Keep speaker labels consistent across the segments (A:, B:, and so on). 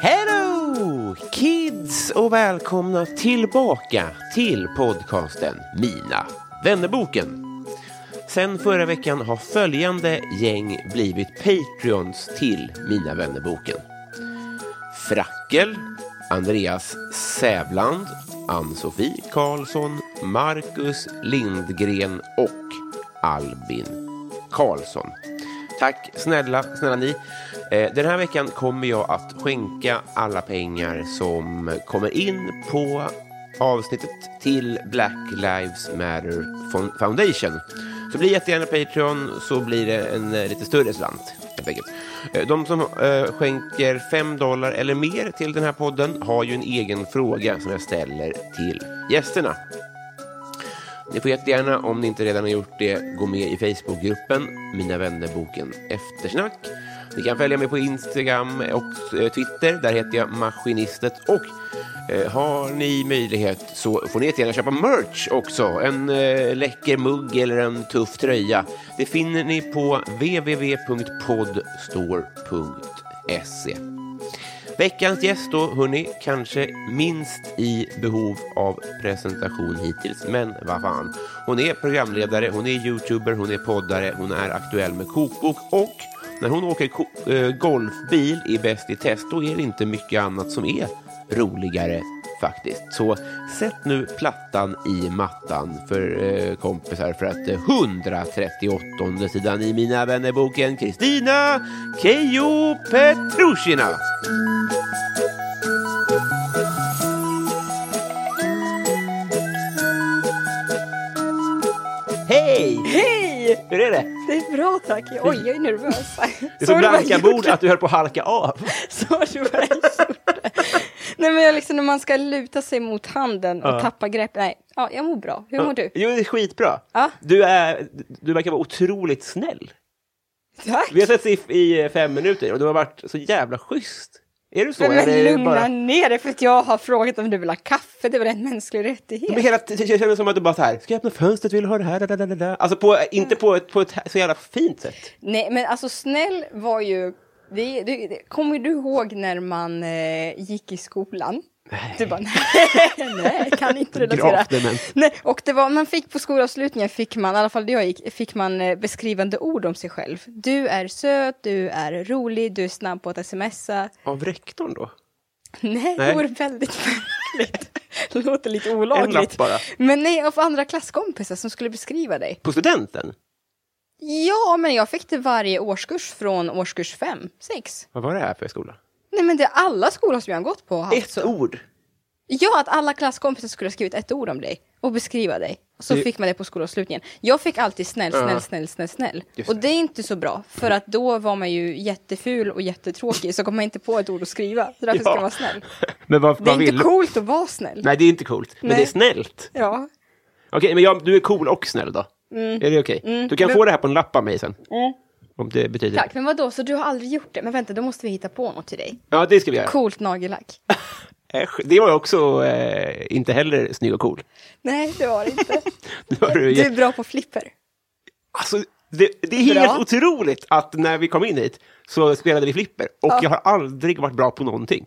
A: Hello kids och välkomna tillbaka till podcasten Mina vännerboken. Sen förra veckan har följande gäng blivit Patreons till Mina vännerboken. Frackel, Andreas Sävland, Ann-Sofie Karlsson, Marcus Lindgren och Albin Karlsson. Tack snälla, snälla ni. Eh, Den här veckan kommer jag att skänka alla pengar som kommer in på avsnittet till Black Lives Matter Fon- Foundation. Så bli jättegärna Patreon så blir det en eh, lite större slant. Helt enkelt. Eh, De som eh, skänker 5 dollar eller mer till den här podden har ju en egen fråga som jag ställer till gästerna. Ni får jättegärna, om ni inte redan har gjort det, gå med i Facebookgruppen Mina vänner-boken Eftersnack. Ni kan följa mig på Instagram och eh, Twitter. Där heter jag Maskinistet. Och eh, har ni möjlighet så får ni jättegärna köpa merch också. En eh, läcker mugg eller en tuff tröja. Det finner ni på www.podstore.se. Veckans gäst då, hörni, kanske minst i behov av presentation hittills, men vad fan. Hon är programledare, hon är youtuber, hon är poddare, hon är aktuell med kokbok och när hon åker ko- eh, golfbil i Bäst i test, då är det inte mycket annat som är roligare faktiskt. Så sätt nu plattan i mattan för eh, kompisar för att eh, 138 sidan i Mina vännerboken Kristina Keyyo Petrushina. Hej!
B: Hej!
A: Hur är det?
B: Det är bra tack. Oj, jag är nervös.
A: Det är så blanka bord att du höll på att halka av.
B: Så du bara gjorde. Nej men jag liksom när man ska luta sig mot handen och
A: Ja.
B: tappa grepp. Nej, ja, jag mår bra. Hur mår du?
A: Jo, det är skitbra.
B: Ja.
A: Du, är, du verkar vara otroligt snäll.
B: Tack!
A: Vi har sett i, i fem minuter och du har varit så jävla schysst. Är du så?
B: Men,
A: eller är
B: men
A: det
B: lugna
A: bara-
B: ner dig för att jag har frågat om du vill ha kaffe. Det är väl en mänsklig rättighet?
A: Men hela t- det känns som att du bara så här, ska jag öppna fönstret, vill du ha det här? Da, da, da, da, da. Alltså på, inte på ett, på ett så jävla fint sätt.
B: Nej men alltså snäll var ju... Det, det, det, kommer du ihåg när man eh, gick i skolan? Du bara nej, nej, kan inte relatera.
A: Gravt, men.
B: Nej, och det var, man fick på skolavslutningen, fick man, i alla fall det jag gick, fick man eh, beskrivande ord om sig själv. Du är söt, du är rolig, du är snabb på att smsa.
A: Av rektorn då?
B: Nej,
A: Nej.
B: det vore väldigt märkligt. Det låter lite
A: En lapp
B: olagligt.
A: bara.
B: Men nej, av andra klasskompisar som skulle beskriva dig.
A: På studenten?
B: Ja, men jag fick det varje årskurs från årskurs fem, sex.
A: Vad var det här för skola?
B: Nej, men det är alla skolor som jag har gått på. har haft
A: Ett ord.
B: Ja, att alla klasskompisar skulle ha skrivit ett ord om dig och beskriva dig. Så
A: Det-
B: fick man det på skolavslutningen. Jag fick alltid snäll, snäll,
A: Ja.
B: snäll, snäll, snäll.
A: Just
B: Och
A: det.
B: det är inte så bra, för att då var man ju jätteful och jättetråkig, så kom man inte på ett ord att skriva. Så därför
A: Ja.
B: ska man vara snäll.
A: Men vad,
B: Det
A: vad
B: är
A: vill
B: inte
A: du?
B: coolt att vara snäll.
A: Nej, det är inte coolt. Men
B: Nej.
A: det är snällt.
B: Ja.
A: Okej, men jag, du är cool och snäll då?
B: Mm.
A: Är det okej? Du kan få det här på en lapp av mig sen. Om det betyder...
B: Tack, men vadå, så du har aldrig gjort det? Men vänta, då måste vi hitta på något till dig.
A: Ja, det ska vi göra.
B: Coolt nagellack.
A: Äsch, Det var jag också eh, inte heller snygg och cool.
B: Nej, det var det inte.
A: Det var du
B: Du
A: jätte-
B: är bra på flipper.
A: Alltså, det, det är helt
B: Bra.
A: otroligt att när vi kom in hit så spelade vi flipper och
B: Ja.
A: jag har aldrig varit bra på någonting.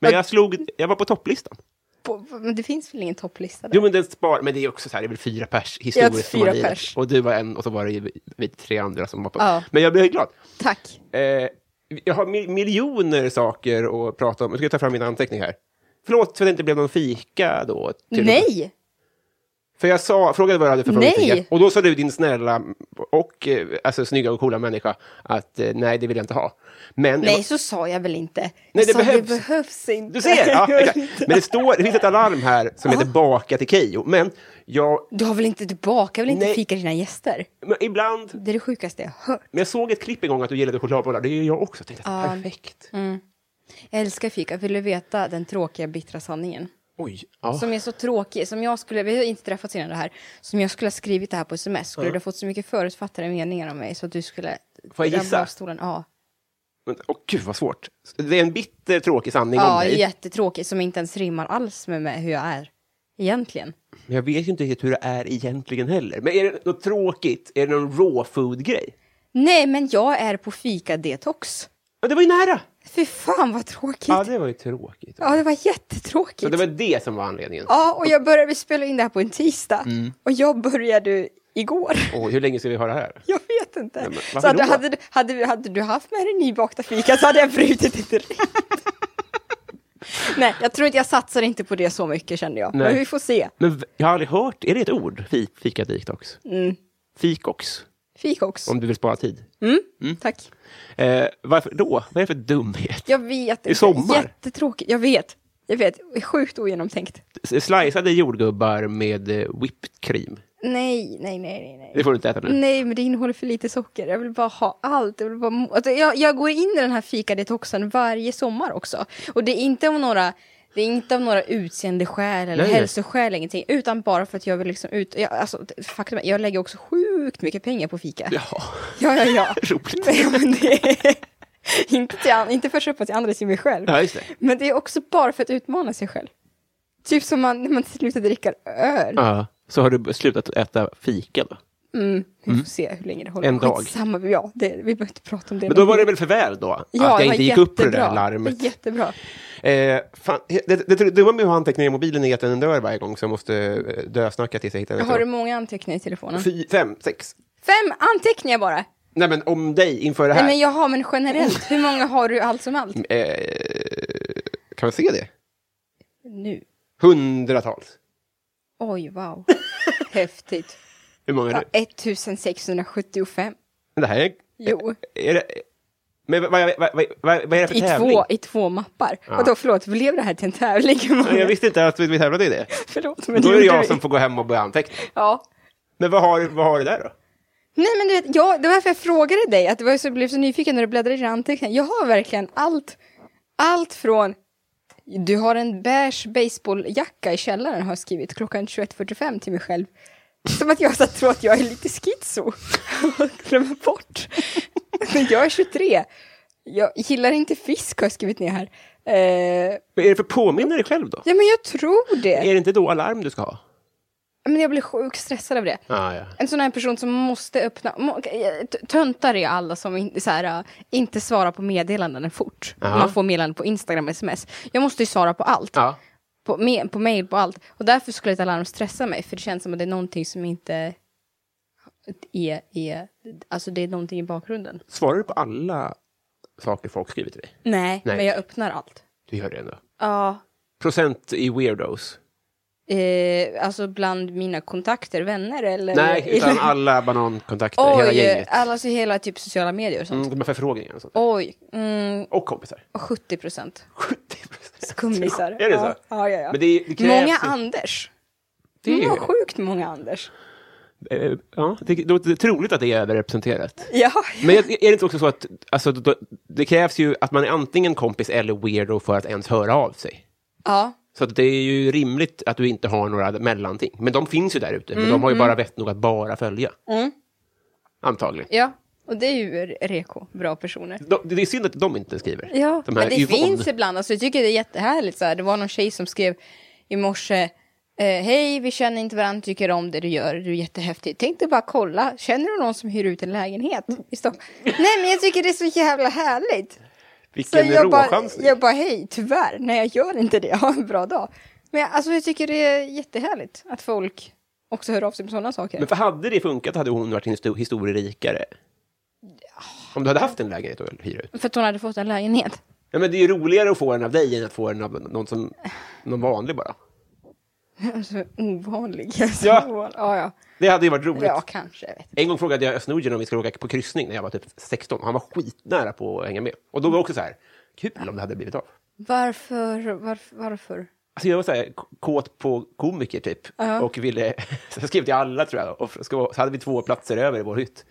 A: Men jag slog, jag var på topplistan.
B: På, men det finns väl ingen topplista där?
A: Jo men den spar, men det är också så här, det är väl fyra pers historiskt
B: Ja,
A: som har
B: fyra
A: lirat.
B: pers.
A: Och du var en och så var det ju vi tre andra som var på.
B: Ja.
A: Men jag blev glad.
B: Tack.
A: Eh, jag har mi- miljoner saker att prata om. Jag ska ta fram mina anteckningar här. Förlåt för att det inte blev någon fika då. till-
B: Nej!
A: För jag sa, frågade vad du hade för
B: Nej.
A: favoritfika. Och då sa du, din snälla och eh, alltså, snygga och coola människa, att eh, nej, det vill jag inte ha. Men
B: Nej, så sa jag väl inte. Nej,
A: det
B: jag sa,
A: behövs.
B: det behövs inte.
A: Du ser! Ja, exakt. Men det, står, det finns ett alarm här som heter baka till Keyyo. Men jag...
B: Du har väl inte, du bakar väl inte
A: Nej.
B: fika till dina gäster?
A: Men ibland...
B: Det är det sjukaste jag har hört.
A: Men jag såg ett klipp en gång att du gillade chokladbollar. Det gör jag också. Jag tänkte, att, perfekt.
B: Mm. Jag älskar fika. Vill du veta den tråkiga, bittra sanningen?
A: Oj. Ja.
B: Som är så tråkig, som jag skulle, vi har inte träffats innan det här, som jag skulle ha skrivit det här på sms, skulle du ha fått så mycket förutfattade meningar om mig så att du skulle...
A: Får jag
B: ramla
A: gissa?
B: av Stolen. Ja,
A: Men, åh, gud, vad svårt. Det är en bitter, tråkig sanning om
B: ja
A: dig.
B: jättetråkig, som inte ens rimmar alls med, med hur jag är, egentligen.
A: Men jag vet ju inte riktigt hur det är egentligen heller. Men är det något tråkigt? Är det någon raw food-grej?
B: Nej, men jag är på fika-detox.
A: Ja, det var ju nära!
B: Fy fan vad tråkigt!
A: Ja, det var ju tråkigt.
B: Ja, det var
A: Så
B: jättetråkigt.
A: det var det som var anledningen.
B: Ja, och jag började, vi spelade in det här på en tisdag
A: Mm.
B: och jag började ju igår.
A: Och hur länge ska vi ha det här?
B: Jag vet inte.
A: men varför
B: så hade,
A: då?
B: hade, du- hade, hade du haft med dig nybakta fika så hade jag brutit det direkt. Nej, jag tror inte, jag satsar inte på det så mycket kände jag.
A: Nej.
B: Men vi får se.
A: Men v- jag har aldrig hört, är det ett ord? Fi- Fika detox?
B: Mm.
A: Fikox,
B: Fikox.
A: om du vill spara tid. Mm.
B: Tack.
A: Eh, varför då? Vad är det för dumhet?
B: Jag vet inte.
A: sommar.
B: Jättetråkigt. Jag vet. Jag vet. Det är Sjukt ogenomtänkt.
A: S- Sliceade jordgubbar med eh, whipped cream.
B: Nej, nej, nej, nej, nej.
A: Det får du inte äta nu.
B: Nej, men det innehåller för lite socker. Jag vill bara ha allt. Jag, vill bara må- alltså, jag, jag går in i den här fikadetoxen varje sommar också. Och det är inte av några, det är inte av några utseendeskäl eller
A: Nej.
B: hälsoskäl, ingenting. Utan bara för att jag vill liksom ut... Jag, alltså, faktum är, jag lägger också sjukt mycket pengar på fika.
A: Jaha,
B: ja, ja. ja.
A: roligt.
B: Ja, men det är, inte, till, an- inte för att köpa till andra, till mig själv.
A: Ja, just det.
B: Men det är också bara för att utmana sig själv. Typ som man, när man slutar dricka öl.
A: Ja, så har du b- slutat äta fika då?
B: Mm. Vi får se hur länge det håller.
A: Mm. En dag.
B: Skitsamma, ja, det, vi behöver inte prata om det.
A: Men då var det väl för väl då?
B: Ja,
A: att
B: det
A: jag
B: var
A: inte gick upp på det
B: jättebra.
A: där larmet.
B: Det var jättebra.
A: Eh, fan, det, det, det dumma med att ha anteckningar i mobilen är att den dör varje gång, så jag måste eh, dösnacka tills jag hittar
B: Har du många anteckningar i telefonen?
A: Fy, fem, sex.
B: Fem anteckningar bara!
A: Nej, men om dig inför det här. Mm.
B: Nej men jag har, men generellt, hur många har du allt som allt?
A: Eh, kan man se det?
B: Nu.
A: Hundratals.
B: Oj, wow. Häftigt.
A: Hur många är
B: Ja,
A: det?
B: 1675.
A: Det här är...
B: Jo,
A: är det, men vad, vad, vad, vad, vad är det för
B: i
A: tävling?
B: två, i två mappar. Och då, förlåt, blev det här till en tävling?
A: Nej, Jag visste inte att vi, vi tävlade i det.
B: förlåt, men
A: Då är
B: gjorde
A: det jag
B: vi.
A: som får gå hem och börja anteckna.
B: Ja.
A: Men vad har, vad har du där då?
B: Nej men du vet, jag, det var därför jag frågade dig, att det var ju så, blev så nyfiken när du bläddrade i dina anteckningar. Jag har verkligen allt, allt från, du har en beige baseballjacka i källaren har jag skrivit klockan 21.45 till mig själv. Som att jag så tror att jag är lite schizo och glömmer bort. Men jag är 23. Jag gillar inte fisk har jag skrivit ner här. Eh,
A: Vad är det för påminner dig själv då?
B: ja men jag tror det.
A: Är det inte då alarm du ska ha?
B: Men jag blir sjukt stressad av det.
A: Ah, ja.
B: En sån här person som måste öppna... må- t- Töntar är alla som in, så här, äh, inte svarar på meddelanden fort.
A: Aha.
B: Man får meddelanden på Instagram och sms. Jag måste ju svara på allt.
A: ja.
B: På, me, på mail, på allt. Och därför skulle ett alarm stressa mig. För det känns som att det är någonting som inte är... är alltså det är någonting i bakgrunden.
A: Svarar du på alla saker folk skriver till dig?
B: Nej,
A: Nej.
B: men jag öppnar allt.
A: Du gör det ändå.
B: Ja.
A: Procent i weirdos?
B: Eh, alltså bland mina kontakter, vänner eller...
A: Nej, utan
B: eller-
A: alla banankontakter, hela
B: Eh, Oj,
A: gänget.
B: alla, alltså hela typ sociala medier och sånt.
A: Mm, de här förfrågningarna och sånt.
B: Oj, mm,
A: Och kompisar.
B: 70 procent.
A: 70 procent.
B: Kumlisar.
A: Är det så?
B: Typ. Ja, ja, ja.
A: Men det, det krävs
B: Många
A: ju-
B: Anders.
A: Det är ju-
B: Mm, sjukt många Anders.
A: Eh, Ja, det, det, det är troligt att det är överrepresenterat.
B: Ja.
A: Men jag- är det inte också så att alltså, då, det krävs ju att man är antingen kompis eller weirdo för att ens höra av sig?
B: ja.
A: Så att det är ju rimligt att du inte har några mellanting. Men de finns ju där ute, men
B: Mm,
A: de har ju bara vett nog att bara följa. Antagligen.
B: Ja. Och det är ju re- reko, bra personer.
A: De, det är synd att de inte skriver.
B: Ja,
A: de här
B: men det
A: Yvonne.
B: finns ibland. Alltså, jag tycker det är jättehärligt. Så här. Det var någon tjej som skrev i morse. Eh, Hej, vi känner inte varandra, tycker om det du gör, du är jättehäftig. Tänk dig bara kolla, känner du någon som hyr ut en lägenhet i Stockholm? Nej, men jag tycker det är så jävla härligt. Så
A: Vilken
B: jag bara,
A: råchansning.
B: jag bara, hej, tyvärr, nej jag gör inte det, ha en bra dag. Men jag, alltså, jag tycker det är jättehärligt att folk också hör av sig på sådana saker.
A: Men för hade det funkat hade hon varit histo- historierikare. Om du hade haft en lägenhet att hyra ut.
B: För att hon hade fått en lägenhet.
A: Ja, men det är ju roligare att få den av dig än att få den av någon, som, någon vanlig bara.
B: Alltså, ovanlig. Alltså,
A: Ja.
B: ovan- ja, ja.
A: Det hade ju varit roligt.
B: Ja, kanske. Jag vet. inte.
A: En gång frågade jag Östnordien om vi skulle åka på kryssning när jag var typ 16. Han var skitnära på att hänga med. Och då var det också så här, kul om det hade blivit av.
B: Varför? Varför? varför?
A: Alltså jag var så här, k- kåt på komiker typ. Och ville, så jag skrev till alla tror jag. Och ska, så hade vi två platser över i vår hytt.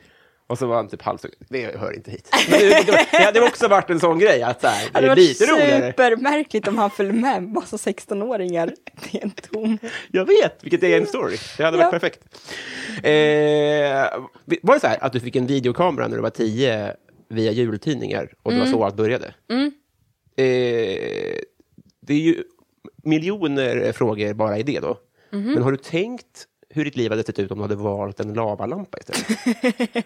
A: Och så var han typ halvsugen. Det hör inte hit. Men det, det, det hade också varit en sån grej. Att så här, det är lite roligare.
B: supermärkligt om han följde med en massa 16-åringar till en tom.
A: Jag vet, vilket är en story. Det hade varit
B: Ja.
A: perfekt. Eh, var det så här att du fick en videokamera när du var tio via jultidningar och det
B: Mm.
A: var så allt började? Eh, det är ju miljoner frågor bara i det då.
B: Mhm.
A: Men har du tänkt hur ditt liv hade sett ut om du hade valt en lavalampa istället?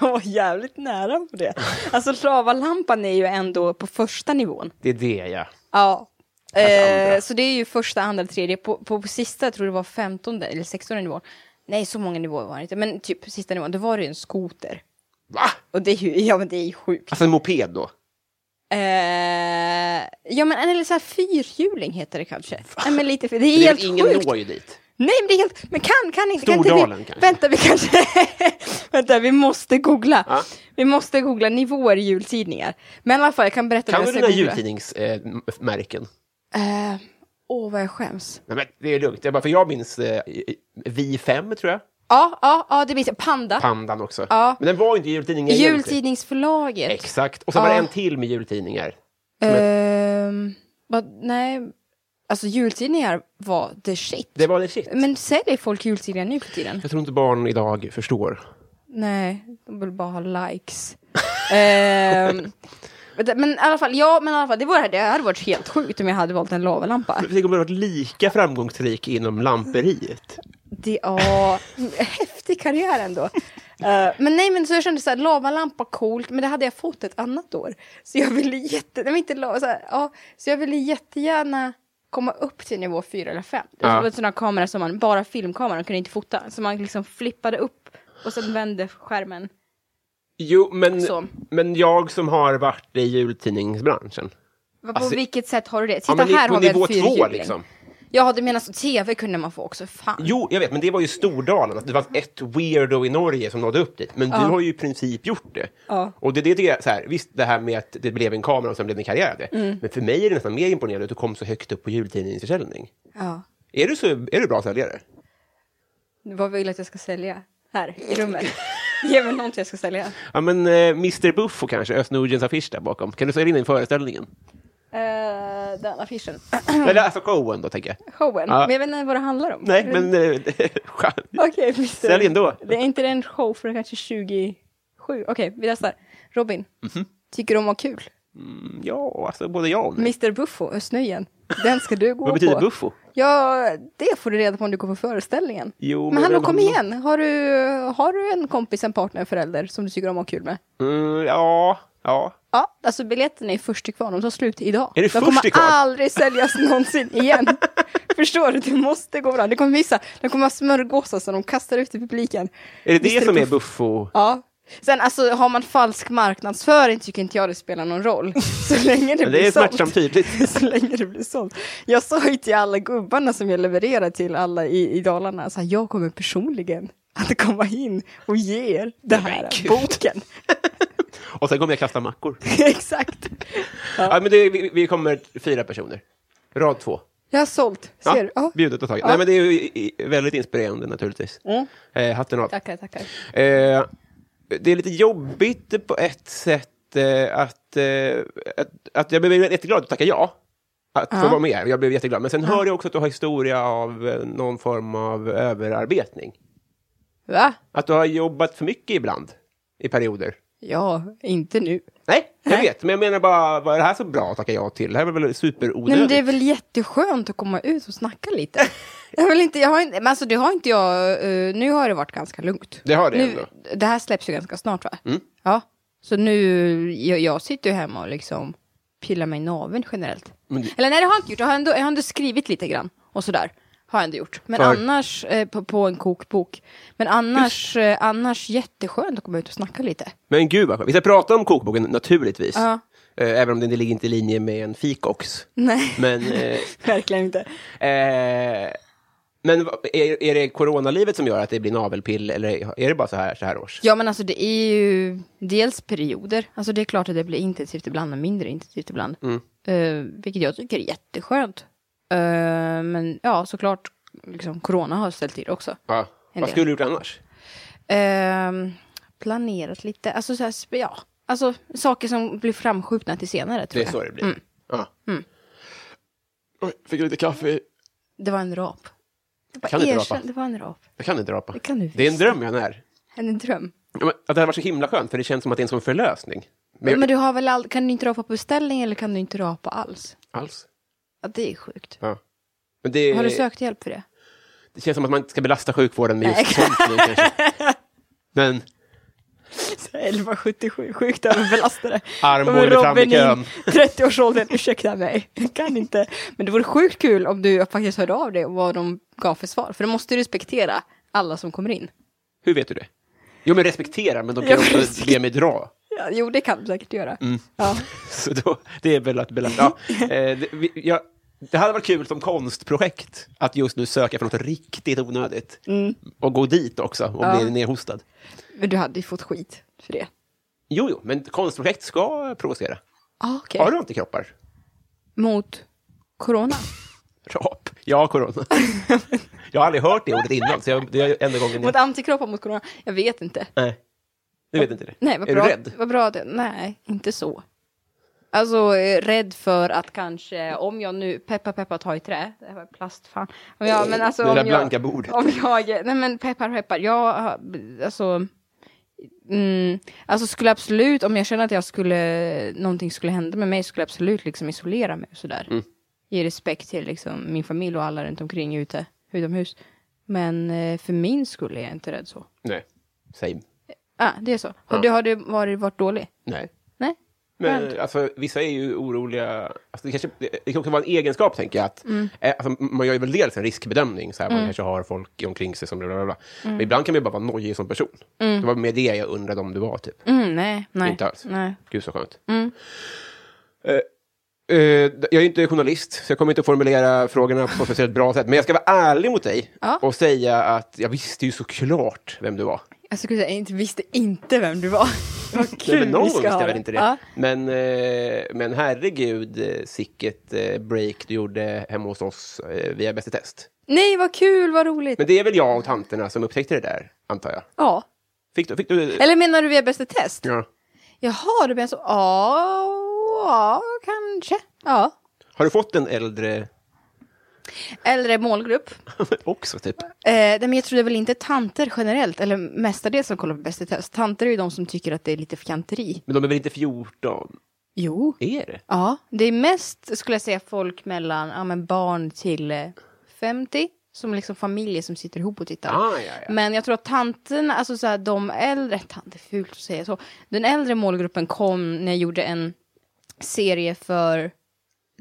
B: Jag var jävligt nära på det. Alltså lavalampan är ju ändå på första nivån.
A: det är det, ja.
B: Ja.
A: Alltså andra.
B: Eh, så det är ju första, andra, tredje. På, på, på sista, jag tror det var 15 eller 16 nivån. Nej, så många nivåer var det inte. Men typ sista nivån, då var det ju en skoter.
A: Va?
B: Och det är ju, ja men det är ju sjukt.
A: Alltså en moped då?
B: Eh, ja men eller så här fyrhjuling heter det kanske. Nej men lite, för- det är
A: Det är
B: helt
A: väl ingen
B: sjukt.
A: når ju dit.
B: Nej, men det är helt... Men kan, kan inte... Kan inte
A: Stordalen
B: vi,
A: kanske?
B: Vänta, vi kanske... vänta, vi måste googla.
A: Ja.
B: Vi måste googla nivåer i jultidningar. Men i alla fall, jag kan berätta
A: Kan
B: vad
A: du
B: jag
A: dina
B: ska googla.
A: jultidningsmärken? Eh, märken?
B: Eh, Åh, vad jag skäms.
A: Nej, men det är lugnt. Jag bara, för jag minns eh, Vi fem, tror jag.
B: Ja, ja, ja, det minns jag. Panda.
A: Pandan också.
B: Ja.
A: Men den var ju inte jultidningen egentligen.
B: Jultidningsförlaget.
A: Exakt. Och så var det
B: Ja.
A: en till med jultidningar.
B: Ehm, vad, nej, alltså jultidningar var the shit.
A: Det var det shit.
B: Men säljer folk jultidningar nu för tiden?
A: Jag tror inte barn idag förstår.
B: Nej, de vill bara ha likes. Ehm, vänta, men i alla fall, ja, men i alla fall, det, var, det hade varit helt sjukt om jag hade valt en lavalampa.
A: Tänk om du hade varit lika framgångsrik inom lamperiet.
B: Det är häftig karriär ändå. Eh, men nej, men så jag kände så här, lavalampa coolt, men det hade jag fått ett annat år. Så jag ville jätte, nej, men inte lava, så här, ja, så jag ville jättegärna komma upp till nivå fyra eller fem. Det
A: Ja.
B: var en sån här kamera som man, bara filmkamera, man kunde inte fota. Så man liksom flippade upp och sen vände skärmen.
A: Jo, men,
B: Så.
A: men jag som har varit i jultidningsbranschen.
B: På
A: Alltså-
B: vilket sätt har du det?
A: Ja,
B: Titta,
A: men det är
B: här
A: på
B: har vi en
A: nivå två,
B: fyrhjuling.
A: liksom.
B: Ja, du menar så tv kunde man få också. Fan.
A: Jo, jag vet, men det var ju Stordalen. Att det fanns ett weirdo i Norge som nådde upp dit. Men du har ju i princip gjort det.
B: Ja.
A: Och det, det tycker jag, så här, visst, det här med att det blev en kamera och sen blev det en karriär av det.
B: Mm.
A: Men för mig är det nästan mer imponerande att du kom så högt upp på jultidningsförsäljning.
B: Ja.
A: Är du, så, är du bra säljare?
B: Vad vill du att jag ska sälja? Här, i rummet. Ge mig någonting jag ska sälja.
A: Ja, men eh, Mr Buffo kanske, Östnordiens affisch där bakom. Kan du sälja in den i föreställningen?
B: Uh, den affischen.
A: Eller alltså showen då, tänker jag.
B: Showen.
A: Ja.
B: Men jag vet inte vad det handlar om.
A: Nej, men... Eh, skön.
B: Okej, visst.
A: Sälj ändå.
B: Det är inte en show för kanske 27. Okej, vi testar. Robin.
A: Mhm.
B: Tycker du om att ha kul?
A: Ja, alltså både ja och nej.
B: Mr Buffo, Östnöjen. Den ska du gå
A: Vad betyder
B: på.
A: Buffo?
B: Ja, det får du reda på om du går på föreställningen.
A: Jo,
B: men hallå,
A: den-
B: kom igen. Har du, har du en kompis, en partner, en förälder som du tycker om att ha kul med?
A: Mm, ja, ja.
B: Ja, alltså biljetten är först till kvar. De tar slut idag.
A: Är det
B: de
A: först
B: kommer
A: till kvarn?
B: aldrig säljas någonsin igen. Förstår du? Det måste gå bra. Det kommer vissa, de kommer ha smörgåsar som de kastar ut i publiken.
A: Är det det
B: Mr.
A: som är
B: Buffo.
A: Buffo?
B: Ja. Sen alltså, har man falsk marknadsföring tycker inte jag det spelar någon roll. Så länge det,
A: Det,
B: blir
A: är
B: sålt.
A: smärtsamt tydligt.
B: Så länge det blir sålt. Jag sa ju till alla gubbarna som jag levererar till alla i, i Dalarna, så här, jag kommer personligen att komma in och ge er den här boken.
A: Och sen kommer jag kasta mackor.
B: Exakt.
A: Ja, men det, vi, vi kommer fyra personer. Rad två.
B: Jag har sålt, ser
A: Ja,
B: du? Ja. Mm.
A: Bjudet och taget. Nej, men det är ju i- i- väldigt inspirerande naturligtvis. Eh, hatten av.
B: Tackar, tackar.
A: Eh, det är lite jobbigt på ett sätt eh, att, eh, att, att jag blev jätteglad att tacka ja. Att få vara med. Jag blev jätteglad. Men sen hör jag också att du har historia av eh, någon form av överarbetning.
B: Va?
A: Att du har jobbat för mycket ibland. I perioder.
B: Ja, inte nu.
A: Nej, jag vet. Men jag menar bara, var det här så bra att tacka ja till? Det här var väl
B: Nej, men
A: superonödigt?
B: det är väl jätteskönt att komma ut och snacka lite. Jag vill inte, jag har inte, men alltså det har inte jag, eh, nu har det varit ganska lugnt.
A: Det har det
B: nu,
A: ändå. Mm.
B: det här släpps ju ganska snart va? Ja. Så nu, jag, jag sitter ju hemma och liksom pillar mig i naveln generellt. Eller nej det har jag inte gjort, jag har ändå, jag har ändå skrivit lite grann och sådär. Har jag ändå gjort. Men
A: För-
B: annars, eh, på, på en kokbok. Men annars, eh, annars jätteskönt att komma ut och snacka lite.
A: Men gud vad skönt. Vi ska prata om kokboken naturligtvis.
B: Ja.
A: Eh, Även om det inte ligger inte i linje med en fikox.
B: Nej,
A: Men, eh,
B: verkligen inte.
A: eh, men va- är, är det coronalivet som gör att det blir navelpill eller är det bara så här, så här års?
B: Ja men alltså det är ju dels perioder. Alltså det är klart att det blir intensivt ibland och mindre intensivt ibland.
A: Mm.
B: Eh, vilket jag tycker är jätteskönt. Eh, men ja, såklart, liksom, corona har ställt till också.
A: Ja. Vad
B: del.
A: skulle du gjort annars?
B: Ehm, planerat lite, alltså så här, sp- ja. Alltså saker som blir framskjutna till senare tror
A: Det är
B: jag.
A: så det blir. Ja.
B: Mm.
A: Oj, fick jag lite kaffe.
B: Det var en rap. Det var,
A: Kan du inte
B: erkänn-
A: rapa?
B: det var en rap.
A: Jag kan inte rapa. Det,
B: kan du
A: är en
B: visst.
A: dröm jag när.
B: En dröm.
A: Ja, men Att det här var så himla skönt, för det känns som att det är en sån förlösning. Men,
B: Men, du har väl all... kan du inte rapa på beställning eller kan du inte rapa alls?
A: alls.
B: Ja, det är sjukt.
A: Ja. Men det,
B: Har du sökt hjälp för det?
A: det känns som att man inte ska belasta sjukvården med just sånt nu kanske. Men
B: 1177, sjukt överbelastade.
A: Armbåge
B: Men
A: fram i
B: Robin i
A: kön.
B: 30-årsåldern, ursäkta mig, jag kan inte. Men det vore sjukt kul om du faktiskt hörde av dig och vad de gav för svar. För du måste respektera alla som kommer in.
A: hur vet du det? Jo, men respektera, men de kan
B: Ja,
A: ju också
B: precis.
A: be mig dra.
B: Ja, jo, det kan du säkert göra.
A: Mm.
B: Ja.
A: Så då, det är väl att belasta. Ja, eh, det, vi, jag, det hade varit kul som konstprojekt att just nu söka för något riktigt onödigt. Och gå dit också, om
B: Mm. Ja.
A: det är nerhostad.
B: Men du hade ju fått skit för det.
A: Jo, jo, men konstprojekt ska provocera.
B: Ah, okej.
A: Har du antikroppar?
B: Mot corona?
A: Rap? Ja, corona. jag har aldrig hört det ordet innan, så jag, det är enda gången
B: Mot
A: jag...
B: antikroppar mot corona? Jag vet inte.
A: Nej, du vet inte det.
B: Nej, vad
A: är
B: bra.
A: du rädd?
B: Vad bra det. Nej, inte så. Alltså eh, rädd för att kanske, om jag nu, peppa peppa ta i trä, det här var plast fan. Om jag, men alltså,
A: Det
B: om
A: där
B: jag,
A: blanka bordet.
B: Om jag, nej men peppar peppar, jag, har- alltså, mm, alltså skulle absolut, om jag känner att jag skulle, någonting skulle hända med mig, skulle jag absolut liksom isolera mig och sådär.
A: Mm.
B: Ge respekt till liksom min familj och alla runt omkring ute, utomhus. Men eh, för min skull är jag inte rädd så.
A: Nej. Same.
B: Ah, det är så. Har, du, har du varit, varit dålig?
A: Nej.
B: Nej.
A: Men alltså, vissa är ju oroliga. Alltså, det, kanske, det, det kan också vara en egenskap, tänker jag. Att, eh, alltså, man gör ju väl dels en riskbedömning. Så här, Man kanske har folk omkring sig som... Bla, bla, bla. Men ibland kan man ju bara vara nojig som person. Det var mer det jag undrade om du var, typ.
B: Mm, nej, nej.
A: Inte alls.
B: Nej.
A: Gud, så skönt. Eh, eh, jag är ju inte journalist, så jag kommer inte att formulera frågorna på ett speciellt bra sätt. Men jag ska vara ärlig mot dig
B: Ja.
A: och säga att jag visste ju såklart vem du var.
B: Jag skulle säga, Alltså, jag inte visste inte vem du var. Vad
A: Nej,
B: kul
A: men någon gång
B: vi ska
A: visste
B: ha
A: jag väl inte det.
B: Ja.
A: Men, eh, men herregud, eh, sicket eh, break du gjorde hemma hos oss eh, via Bäst i test.
B: Nej, vad kul, vad roligt.
A: Men det är väl jag och tanterna som upptäckte det där, antar jag?
B: Ja.
A: Fick du? Fick du
B: Eller menar du vi har bäst i test?
A: ja.
B: Jaha, du menar så. Ja, ja, kanske. Ja.
A: Har du fått en äldre
B: Äldre målgrupp.
A: också, typ?
B: Eh, nej, men jag tror det är väl inte tanter generellt, eller mestadels som kollar på Bäst i test. Tanter är ju de som tycker att det är lite fjanteri.
A: Men de är väl inte 14?
B: Jo.
A: Är det?
B: Ja, det är mest skulle jag säga folk mellan ja, men barn till eh, 50, som liksom familjer som sitter ihop och tittar.
A: Ah, ja, ja.
B: Men jag tror att tanterna, alltså så här, de äldre, tant är fult att säga så, den äldre målgruppen kom när jag gjorde en serie för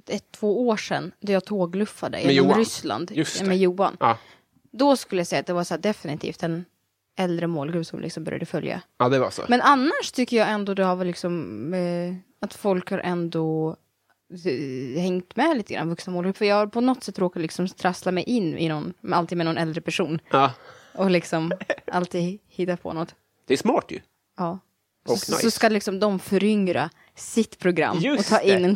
B: ett, två år sedan, där jag tågluffade genom
A: Johan.
B: Ryssland
A: Just
B: ja,
A: det.
B: med Johan.
A: Ja.
B: Då skulle jag säga att det var så här, definitivt en äldre målgrupp som liksom började följa.
A: ja, det var så.
B: Men annars tycker jag ändå det har väl liksom eh, att folk har ändå eh, hängt med lite grann, vuxna målgrupp. För jag har på något sätt råkat liksom trassla mig in i någon, alltid med någon äldre person.
A: Ja.
B: Och liksom alltid hitta på något.
A: Det är smart ju.
B: Ja.
A: Och
B: så,
A: nice.
B: så ska liksom de föryngra sitt program
A: Just
B: och ta in
A: det.
B: en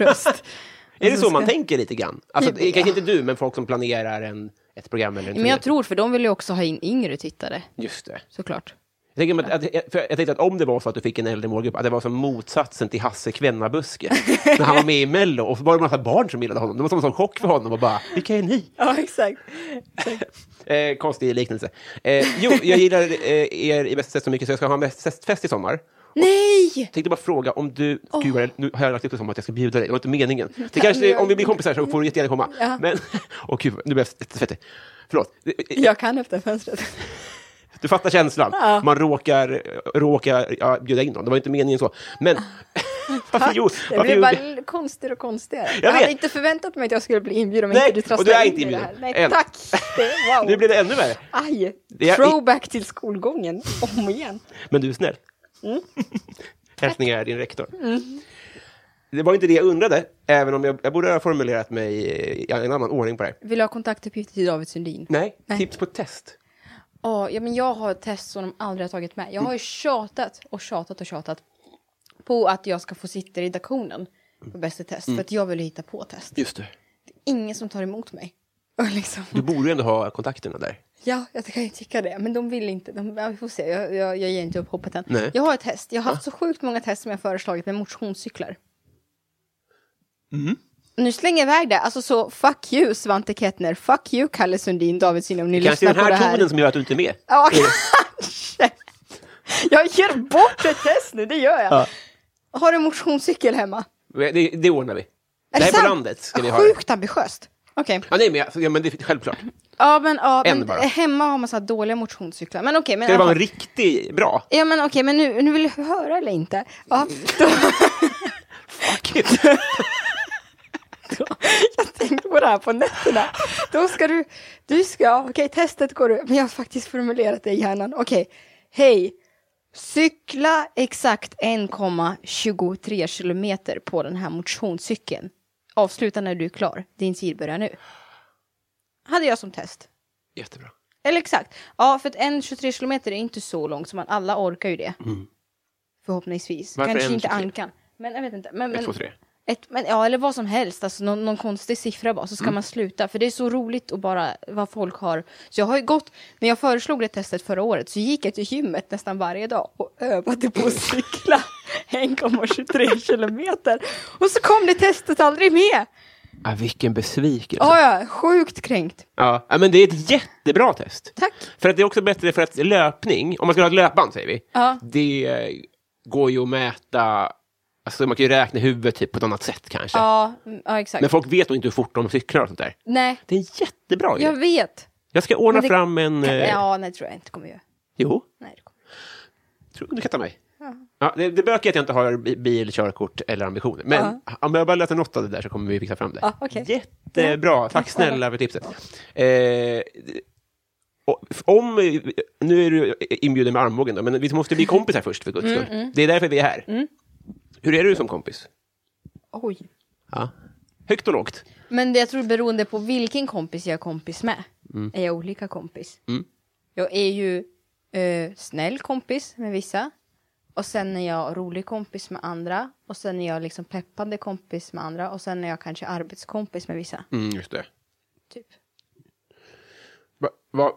B: röst.
A: Är det så
B: Alltså, ska-
A: man tänker lite grann? Alltså,
B: Typ,
A: det är kanske
B: ja.
A: inte du, men folk som planerar en, ett program eller en
B: Men
A: turné.
B: jag tror, för de vill ju också ha in yngre tittare,
A: Just det.
B: såklart.
A: Jag tänker, mig att, att, för jag tänkte att om det var så att du fick en äldre målgrupp, att det var som motsatsen till Hasse Kvennabuske. när han var med i Mello och så var det en massa barn som gillade honom. Det var som en sån chock för honom och bara, vilka är ni?
B: Ja, exakt.
A: Eh, konstig liknelse. Eh, jo, jag gillar eh, er i Bäst i test så mycket så jag ska ha en Bäst i test-fest i sommar.
B: Nej!
A: Tänkte bara fråga om du, gud vad jag, nu har jag lagt upp det som att jag ska bjuda dig, det var inte meningen. Det kanske,
B: jag-
A: om vi blir kompisar så får du jättegärna komma.
B: Ja.
A: Men, åh gud, nu blev jag svettig. Förlåt.
B: Jag kan öppna fönstret.
A: Du fattar känslan.
B: Ja.
A: Man råkar, råkar ja, bjuda in någon. Det var inte meningen så. Men varför gjorde...
B: Det blir bara konstigare och konstigare. Jag, hade
A: vet.
B: inte förväntat mig att jag skulle bli inbjuden om
A: Nej,
B: inte du
A: och
B: trasslade
A: du är
B: in
A: inte
B: i det
A: inbjuden.
B: här. Nej,
A: Än.
B: tack! Det, wow.
A: Nu blev det ännu värre.
B: Aj!
A: Det är-
B: Throwback till skolgången, om igen. Mm.
A: Men du är snäll. Hälsningar din rektor. Det var inte det jag undrade, även om jag, jag borde ha formulerat mig i en annan ordning på det här.
B: Vill du ha kontaktuppgifter till David Sundin?
A: Nej,
B: Nej.
A: tips på test.
B: Ja, ja, men jag har ett test som de aldrig har tagit med. Jag har ju tjatat och tjatat och tjatat på att jag ska få sitta i redaktionen på Bäst i test.
A: Mm.
B: För att jag vill hitta på test.
A: Just det.
B: Ingen som tar emot mig. Och liksom,
A: Du borde ju ändå ha kontakterna där.
B: ja, jag kan ju tycka det. Men de vill inte. De, ja, vi får se. Jag, jag, jag ger inte upp hoppet än.
A: Nej.
B: Jag har ett test. Jag har haft så sjukt många test som jag föreslagit med motionscyklar. Nu slänger jag iväg det. Alltså så fuck you Svante Kettner. Fuck you Kalle Sundin, David Sundin om ni
A: Kanske
B: lyssnar
A: den
B: på det
A: här
B: här.
A: tonen som gör att du inte är med.
B: Ja, kanske. Jag ger bort ett test nu, det gör jag. Har du motionscykel hemma?
A: Det, det ordnar vi. det här är
B: sant?
A: på landet ska vi ha det.
B: Sjukt ambitiöst. Okej.
A: Ja, nej, men, jag- ja, men det är självklart. Ska
B: Ja, men, ja,
A: En
B: men
A: bara.
B: hemma har man så här dåliga motionscyklar. Men okej, men...
A: det vara en riktig bra?
B: Ja, men okej, men nu, nu vill du höra eller inte? Ja, då,
A: Fuck.
B: jag tänkte på det här på nätterna. Då ska du... Du ska... Okej, testet går du... Men jag har faktiskt formulerat det i hjärnan. Okej. Hej. Cykla exakt 1,23 kilometer på den här motionscykeln. Avsluta när du är klar. Din tid börjar nu. Hade jag som test.
A: Jättebra.
B: Eller exakt. Ja, för att 1,23 kilometer är inte så långt, så man alla orkar ju det. Förhoppningsvis.
A: Mm. Varför
B: Kanske inte
A: 1,23?
B: Ankan. Men jag vet inte. Men, men,
A: Ett, två, tre.
B: ett, men, ja, eller vad som helst. Alltså, någon, någon konstig siffra bara, så
A: Mm.
B: ska man sluta. För det är så roligt att bara vad folk har. Så jag har ju gått, när jag föreslog det testet förra året så gick jag till gymmet nästan varje dag och övade på att cykla 1,23 kilometer. Och så kom det testet aldrig med.
A: Ja, vilken besvikelse.
B: Ja, ja, sjukt kränkt.
A: Ja, ja, men det är ett jättebra test.
B: Tack.
A: För att det är också bättre för att löpning, om man ska ha ett löpband säger vi,
B: Ja.
A: det eh, går ju att mäta, alltså man kan ju räkna huvudet typ, på ett annat sätt kanske.
B: Ja, mm, ja exakt.
A: Men folk vet nog inte hur fort de cyklar och sånt där.
B: Nej,
A: Det är en jättebra
B: jag
A: idé.
B: vet.
A: Jag ska ordna
B: Men det-
A: fram en... eh,
B: Ja, nej det tror jag inte kommer göra.
A: Jo,
B: Nej, det kommer.
A: tror du kan ta mig. Ja, det, det bökiga är att jag inte har bi- bil, körkort eller ambitioner. Men om jag bara löser något av det där så kommer vi fixa fram det.
B: Ja, okej.
A: Jättebra, tack snälla för tipset. Eh, och- om, nu är du inbjuden med armbågen, då, men vi måste bli kompisar först för guds
B: Mm,
A: skull. Det är därför vi är här. Hur är du som kompis?
B: Oj.
A: Ja. Högt och lågt?
B: Men det- jag tror beroende på vilken kompis jag är kompis med,
A: Mm.
B: är jag olika kompis. Jag är ju eh, snäll kompis med vissa. Och sen är jag rolig kompis med andra. Och sen är jag liksom peppande kompis med andra. Och sen är jag kanske arbetskompis med vissa.
A: Mm, just det.
B: Typ.
A: Va, va?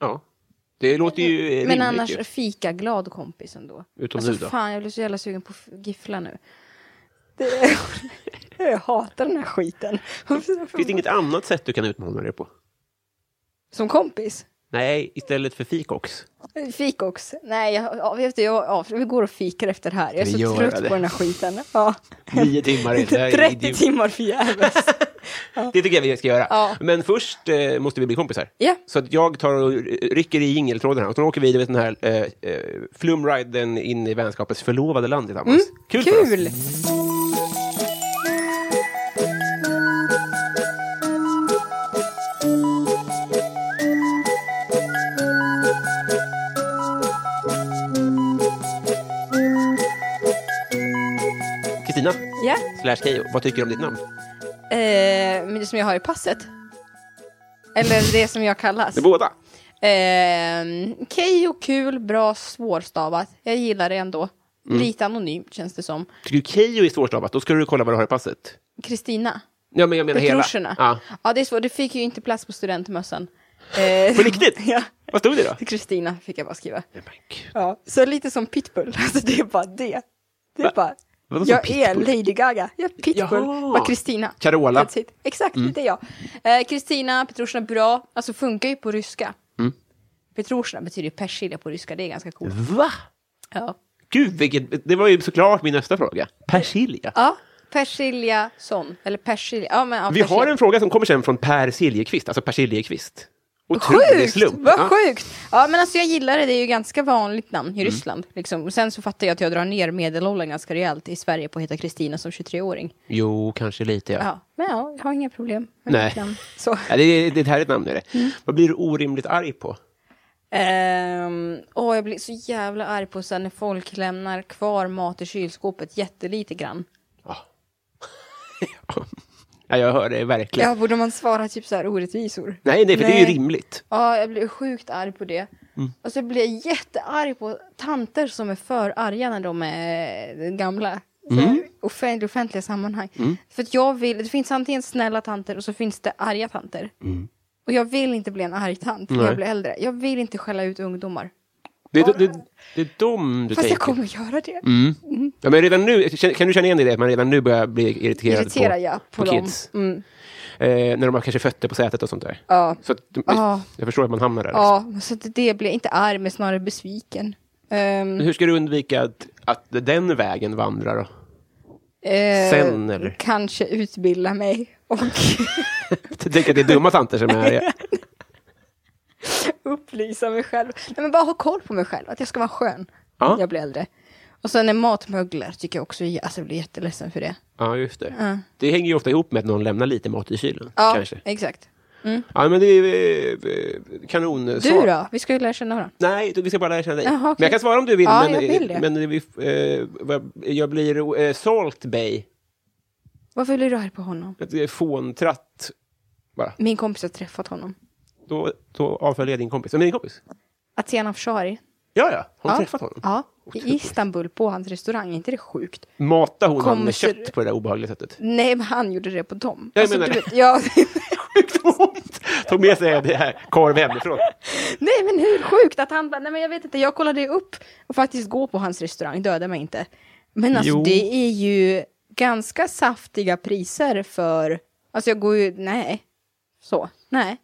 A: Ja, det låter ju eh,
B: Men
A: rimligt.
B: annars
A: ju.
B: fikaglad kompis ändå.
A: Utom
B: alltså,
A: nu då?
B: fan, jag blir så jävla sugen på f- giffla nu. Det, jag hatar den här skiten.
A: Finns det inget annat sätt du kan utmana dig på?
B: Som kompis?
A: Nej, istället för fikox.
B: Fik också. Nej, jag, ja, vet du, jag, ja, vi går och fikar efter det här. Jag är
A: Vi
B: så
A: gör
B: trött
A: det.
B: på den här skiten. Ja.
A: Nio timmar är det här är
B: 30
A: idiot.
B: timmar förgäves.
A: Det tycker jag vi ska göra.
B: Ja.
A: Men först eh, måste vi bli kompisar.
B: Ja.
A: Så att jag tar och rycker i jingeltråden här och så åker vi med den här eh, eh, flumriden in i vänskapets förlovade land tillsammans. Kul, för oss.
B: Mm. Kul!
A: Kristina,
B: Ja.
A: slash Keyyo, vad tycker du om ditt namn?
B: Eh, men det som jag har i passet. Eller det som jag kallas.
A: Det är båda.
B: Eh, Okej och kul, bra svårstavat. Jag gillar det ändå.
A: Mm.
B: Lite anonymt känns det som.
A: Tycker du Keyyo är svårstavat, då ska du kolla vad du har i passet.
B: Kristina.
A: Ja, men jag menar hela.
B: Petroscherna.
A: Ja.
B: ja, det är svårt. Det fick ju inte plats på studentmössan. Eh,
A: På riktigt?
B: ja.
A: Vad stod det då?
B: Kristina fick jag bara skriva.
A: Nej, men gud.
B: Ja, så lite som Pitbull. Alltså det är bara det. Det är
A: Va?
B: bara,
A: Vadå som
B: jag är
A: Pitbull?
B: Lady Gaga. Jag är Pitbull.
A: Jaha.
B: Bara Kristina.
A: Carola. Mm.
B: That's it. Exakt, det är jag. Eh, Kristina, Petrosjna, bra. Alltså funkar ju på ryska. Mm. Petrosjna betyder ju persilja på ryska. Det är ganska coolt.
A: Va?
B: Ja.
A: Gud, vilket, det var ju såklart min nästa fråga. Persilja.
B: Ja, persilja, sån. Eller persilja. Ja, men, ja,
A: Vi
B: persilja.
A: har en fråga som kommer sen från Per Siljeqvist, alltså Per Siljeqvist. Otrolig
B: Sjukt!
A: slump.
B: Vad
A: Ja. Mm.
B: sjukt! Ja men alltså jag gillar det, det är ju ganska vanligt namn i Ryssland. Liksom. Och sen så fattar jag att jag drar ner medelåldern ganska rejält i Sverige på att heta Kristina som 23-åring.
A: Jo, kanske lite ja.
B: Ja, men ja, jag har inga problem med
A: Nej.
B: mitt namn. Så. Mm.
A: Ja, det, är- det är ett härligt namn. Är det. Vad blir du orimligt arg på?
B: Ehm, Åh, jag blir så jävla arg på så här när folk lämnar kvar mat i kylskåpet jättelite grann.
A: Ja, jag hör det verkligen.
B: Ja, borde man svara typ så här orättvisor?
A: Nej, nej, för det är ju
B: Nej.
A: rimligt.
B: Ja, jag blir sjukt arg på det. Och så blir jag jättearg på tanter som är för arga när de är gamla. Mm. Offentliga, offentliga sammanhang. För att jag vill, det finns antingen snälla tanter och så finns det arga tanter. Och jag vill inte bli en arg tant när
A: Nej.
B: jag blir äldre. Jag vill inte skälla ut ungdomar.
A: Det är, det, det är de du
B: Fast
A: tänker. Mm.
B: jag kommer göra det.
A: Ja, men redan nu, kan du känna igen dig i det, att man redan nu börjar bli irriterad
B: Irriterar
A: på,
B: jag
A: på,
B: på, dem.
A: kids?
B: Mm.
A: Eh, när de har kanske fötter på sätet och sånt där.
B: Ja.
A: Så att,
B: Ja.
A: jag förstår att man hamnar där. liksom.
B: Ja, så att det blir jag inte arg men snarare besviken. Ehm,
A: Hur ska du undvika att, att den vägen vandrar då?
B: eh,
A: Sen, eller?
B: Kanske utbilda mig och
A: Jag tänker att det är dumma tanter som är arga.
B: upplysa mig själv. Nej, men bara ha koll på mig själv, att jag ska vara skön
A: Ja.
B: när jag blir äldre. Och sen är matmöglar tycker jag också, alltså jag blir jätteledsen för det.
A: Ja, just det. Det hänger ju ofta ihop med att någon lämnar lite mat i kylen.
B: Ja,
A: Kanske.
B: exakt.
A: Ja, men det är eh, eh, kanon.
B: Du
A: svar.
B: då? Vi ska ju lära känna varandra.
A: Nej, vi ska bara lära känna dig.
B: Jaha, okej.
A: Men jag kan svara om du vill.
B: Ja,
A: men,
B: jag vill det.
A: men vi, eh, vad- jag blir eh, Salt Bay.
B: Varför blir du arg på honom?
A: Ett, eh, Fåntratt.
B: Min kompis har träffat honom.
A: Då, då avföljer jag din kompis. Ja, men din kompis?
B: Athena Afshari.
A: Ja, ja. Har du
B: Ja.
A: träffat honom?
B: Ja, i Istanbul på hans restaurang. Är inte det sjukt?
A: Matar hon honom med
B: Kompisar-
A: kött på det där obehagliga sättet?
B: Nej, men han gjorde det på dem.
A: Jag menar
B: du
A: det.
B: vet, ja,
A: Sjukt ont! Tog med sig det här korv hemifrån.
B: Nej, men hur sjukt att han bara, nej men jag vet inte, jag kollade ju upp och faktiskt gå på hans restaurang, döda mig inte. Men alltså
A: Jo.
B: det är ju ganska saftiga priser för, alltså jag går ju, nej, så, nej.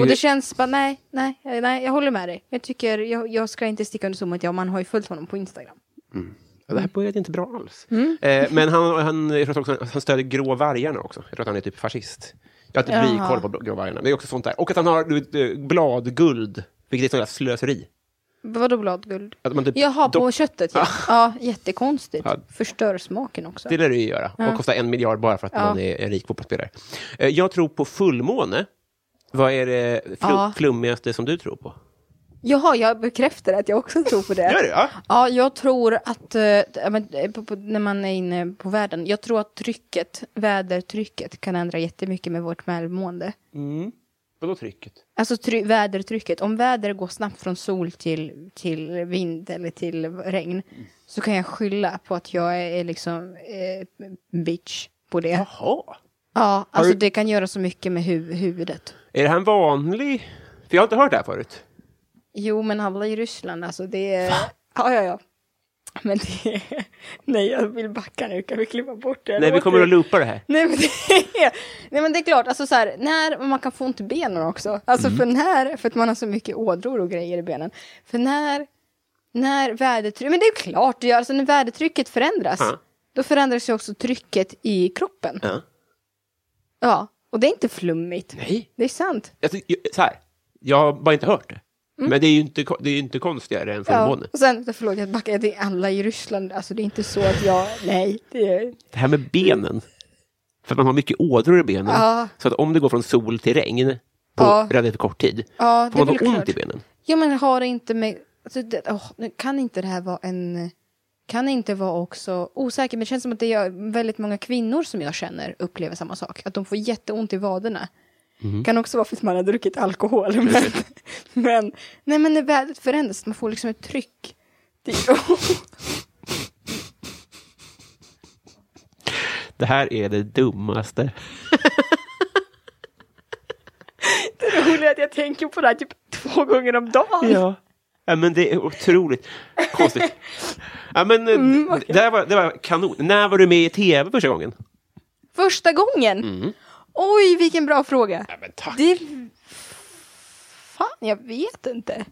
B: Och det känns bara, nej, nej, nej, jag håller med dig. Jag tycker, jag, jag ska inte sticka under solen att jag, man har ju följt honom på Instagram.
A: Ja,
B: Mm.
A: det här började inte bra alls. Eh, men han, han, jag tror också, att han stödjer grå vargarna också. Jag tror att han är typ fascist. Jag har inte
B: Jaha.
A: blikoll på grå vargarna. Det är också sånt där. Och att han har du vet, eh, bladguld, vilket är ett sånt där slöseri.
B: Vadå bladguld?
A: Att man typ,
B: Jaha,
A: dock- Ah.
B: på köttet ja. ja jättekonstigt.
A: Ja.
B: Förstör smaken också.
A: Det lär du ju göra. Och kostar en miljard bara för att
B: Ja.
A: man är en rik fotbollsspelare. Eh, jag tror på fullmåne. Vad är det fl-
B: Ja.
A: flummigaste som du tror på?
B: Jaha, jag bekräftar att jag också tror på det.
A: Gör du? Ja.
B: Ja, jag tror att eh, ja, men, eh, på, på, när man är inne på världen, jag tror att trycket, vädertrycket kan ändra jättemycket med vårt välmående.
A: Mm. Vadå trycket?
B: Alltså try, vädertrycket, om väder går snabbt från sol till, till vind eller till regn så kan jag skylla på att jag är, är liksom eh, bitch på det.
A: Jaha.
B: Ja, alltså
A: du-
B: det kan göra så mycket med hu, huvudet.
A: Är det här en vanlig... För jag har inte hört det här förut.
B: Jo, men alla i Ryssland, alltså det är... Ja, ja, ja. Men det är... Nej, jag vill backa nu. Kan vi klippa bort det?
A: Nej, vi
B: Låter-
A: kommer att loopa det här.
B: Nej men, det är, nej men det är klart, alltså så här, när man kan få ont i benen också. Alltså
A: Mm.
B: för när, för att man har så mycket ådror och grejer i benen. För när, när vädertrycket, men det är klart det gör, alltså när vädertrycket förändras,
A: Ja.
B: då förändras ju också trycket i kroppen.
A: Ja.
B: Ja, och det är inte flummigt.
A: Nej.
B: Det är sant.
A: Jag, ty- jag- så här, jag har bara inte hört det. Men det är ju inte, ko- det är ju inte konstigare än
B: Mm. Ja.
A: fullmåne.
B: Och sen, förlåt jag backar, det är alla i Ryssland, alltså det är inte så att jag, nej, det är,
A: Det här med benen. För att man har mycket ådror i benen.
B: Ja.
A: Så att om det går från sol till regn på
B: Ja.
A: relativt kort tid,
B: ja det
A: får man
B: är
A: då
B: väl
A: ont
B: klart.
A: i benen.
B: Ja men har det inte med... Alltså, det, åh, nu kan inte det här vara en... Kan inte vara också osäker, men det känns som att det är väldigt många kvinnor som jag känner upplever samma sak. Att de får jätteont i vaderna. Kan också vara för att man har druckit alkohol. Men, men, nej, men när vädret förändras, man får liksom ett tryck. Det,
A: Det här är det dummaste.
B: det roliga är att jag tänker på det här typ två gånger om dagen.
A: Ja. ja men det är otroligt konstigt. Ja, men, eh,
B: Mm,
A: det, här var, det var kanon. När var du med i tv första gången?
B: Första gången! Oj, vilken bra fråga.
A: Mm. Ja, men tack.
B: Det... Fan, jag vet inte.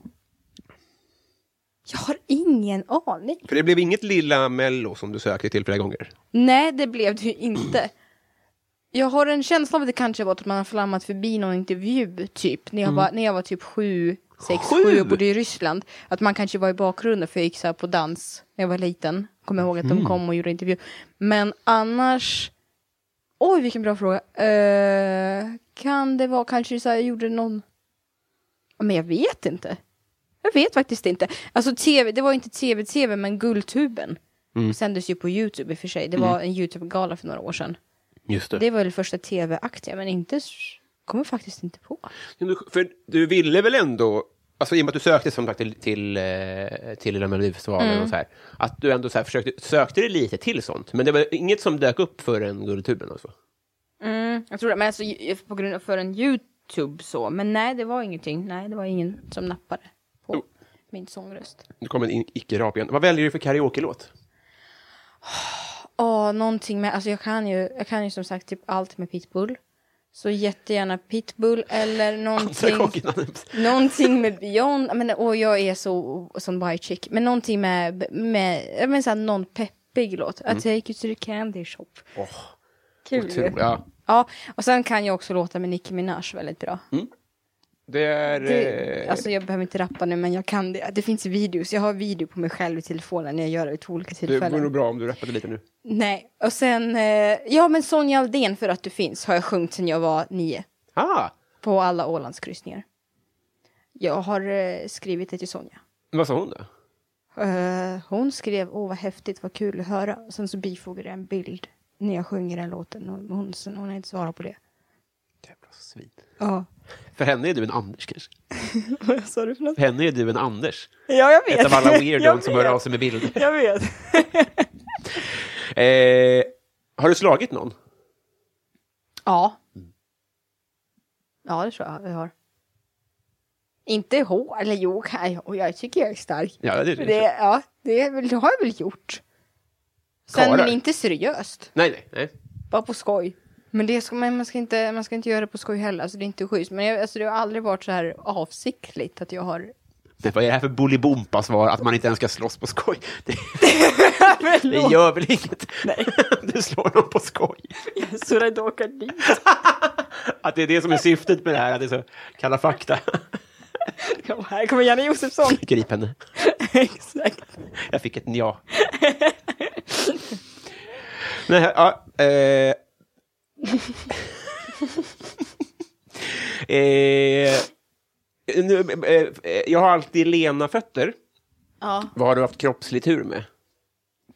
B: Jag har ingen aning.
A: För det blev inget lilla Mello som du sökte till flera gånger?
B: Nej, det blev det ju inte. Jag har en känsla av att det kanske var att man har flammat förbi någon intervju, typ. När jag, var, när jag var typ sju, sex,
A: Sju?
B: sju, och bodde i Ryssland. Att man kanske var i bakgrunden, för jag gick så här på dans när jag var liten. Kommer ihåg att de kom och gjorde intervju. Men annars... Oj, vilken bra fråga. Eh, kan det vara kanske så här, jag gjorde någon... Ja, Men jag vet inte. Jag vet faktiskt inte. Alltså tv, det var inte tv-tv men Guldtuben. Sändes ju på Youtube i och för sig. Det var en Youtube-gala för några år sedan.
A: Just
B: Det var väl första tv-aktiga men inte... s- Kommer faktiskt inte på.
A: Du, för du ville väl ändå, alltså i och med att du sökte som sagt till, till, eh, till Lilla Melodifestivalen
B: Mm.
A: och så här, att du ändå så här försökte, sökte dig lite till sånt, men det var inget som dök upp förrän Guldtuben och så.
B: Mm, jag tror det. Men alltså ju- på grund av för en Youtube så. Men nej, det var ingenting. Nej, det var ingen som nappade på
A: Jo.
B: min sångröst.
A: Nu kommer en in- icke-rap igen. Vad väljer du för karaoke-låt?
B: Ja, någonting med, alltså jag kan ju, jag kan ju som sagt typ allt med pitbull. Så jättegärna pitbull eller
A: Andra
B: någonting,
A: gången.
B: någonting med Beyond, men och jag är så, sån white chick, men någonting med, med, jag menar såhär någon peppig låt. I take you to the candy shop.
A: Åh,
B: Kul
A: otroligt. Ja,
B: Ja, och sen kan jag också låta med Nicki Minaj väldigt bra.
A: Mm. det är...
B: Det,
A: eh,
B: alltså jag behöver inte rappa nu men jag kan det. Det finns videos. Jag har video på mig själv i telefonen när jag gör det vid två olika
A: det
B: tillfällen.
A: vore nog bra om du rappade lite nu.
B: Nej, och sen, eh, ja men Sonja Aldén för att du finns har jag sjungit sedan jag var nio.
A: Ah,
B: På alla Ålandskryssningar. Jag har eh, skrivit det till Sonja.
A: vad sa hon då?
B: Eh, hon skrev, åh vad häftigt, vad kul att höra. Och sen så bifogade jag en bild när jag sjunger den låten. Hon, hon, sen, hon har inte svarat på det.
A: Jävla svin.
B: Ja.
A: För henne är du en Anders kanske?
B: Vad sa du för något?
A: För henne är du en Anders.
B: Ja, jag vet.
A: Ett av alla
B: Jag
A: weirdos som hör
B: vet.
A: av sig med bilder.
B: Jag vet.
A: Eh, har du slagit någon?
B: Ja.
A: Mm.
B: Ja, det tror jag jag har. Inte hår, eller jo, kan jag, och jag tycker jag är stark.
A: Ja, det är
B: Det, ja, det, är väl- det har jag väl gjort. Sen,
A: Karlar?
B: men inte seriöst.
A: Nej, nej, nej.
B: Bara på skoj. Men det ska, men man, ska inte, man ska inte göra det på skoj heller, alltså det är inte schysst. Men jag, alltså, det har aldrig varit så här avsiktligt att jag har...
A: Men vad är det här för Bolibompa-svar, att man inte ens ska slåss på skoj? Det, det gör väl inget? Nej. Du slår dem på skoj.
B: Så det åker dit.
A: Att det är det som är syftet med det här, att det är så kalla fakta.
B: Kom här kommer Janne Josefsson.
A: Grip henne.
B: Exakt.
A: Jag fick ett ja. Nej, ja, eh. eh, nu, eh, eh, jag har alltid lena fötter.
B: Ja.
A: Vad har du haft kroppslig tur med?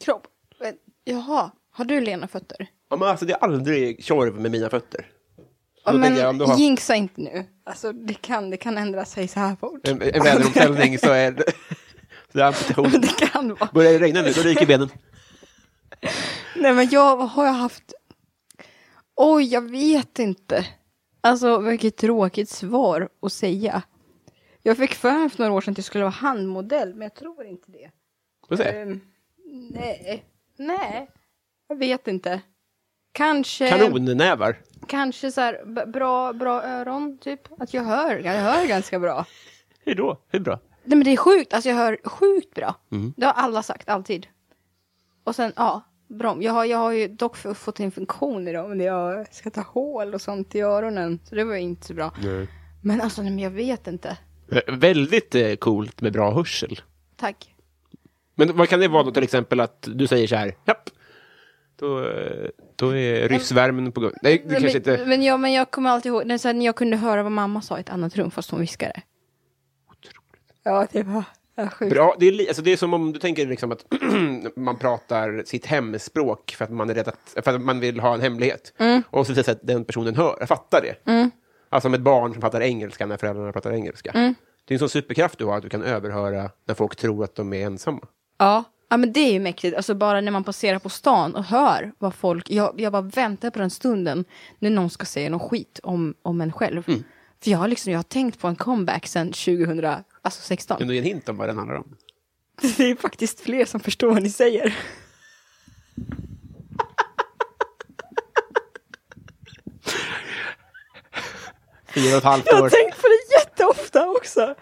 B: Kropp. Men, Jaha, har du lena fötter?
A: Ja, men alltså, det är aldrig tjorv med mina fötter.
B: Ja,
A: Då
B: men
A: tänker jag om du har-
B: jinxa inte nu. Alltså det kan, det kan ändra sig så här fort.
A: En, en väderomställning så är det... Så är amputation.
B: det kan vara.
A: Börjar det regna nu, då ryker benen.
B: Nej men jag, vad har jag haft? Oj, jag vet inte. Alltså vilket tråkigt svar att säga. Jag fick för mig för några år sedan att jag skulle vara handmodell, men jag tror inte det.
A: Får se.
B: Ehm, nej, nej, jag vet inte. Kanske,
A: Kanonnävar.
B: kanske så här, b- bra, bra öron, typ. Att jag hör, jag hör ganska bra.
A: Hur då? Hur bra?
B: Nej men det är sjukt, alltså jag hör sjukt bra.
A: Mm.
B: Det har alla sagt, alltid. Och sen, ja, brom. Jag har, jag har ju dock f- fått en funktion i dem, när jag ska ta hål och sånt i öronen. Så det var ju inte så bra. Men alltså, nej, men jag vet inte.
A: Eh, Väldigt eh, coolt med bra hörsel.
B: Tack.
A: Men vad kan det vara då till exempel att du säger så här, japp, då, eh, då är ryssvärmen på gång. Nej, det kanske
B: men,
A: inte...
B: men, jag, men jag kommer alltid ihåg, när, så här, när jag kunde höra vad mamma sa i ett annat rum fast hon viskade. Ja, det var ja, sjukt.
A: Bra. Det, är li, alltså det är som om du tänker liksom att man pratar sitt hemspråk för att man, är rädd att, för att man vill ha en hemlighet.
B: Mm.
A: Och så visar det sig att den personen hör, fattar det. Alltså som ett barn som pratar engelska när föräldrarna pratar engelska.
B: Mm.
A: Det är en sån superkraft du har, att du kan överhöra när folk tror att de är ensamma.
B: Ja. ja, men det är ju mäktigt. Alltså bara när man passerar på stan och hör vad folk... Jag, jag bara väntar på den stunden när någon ska säga någon skit om, om en själv.
A: Mm.
B: För jag har, liksom, jag har tänkt på en comeback sedan 2016.
A: Kan du ge en hint om vad den handlar om?
B: Det är faktiskt fler som förstår vad ni säger.
A: Fyra och ett halvt
B: Jag har
A: år.
B: tänkt på det jätteofta också.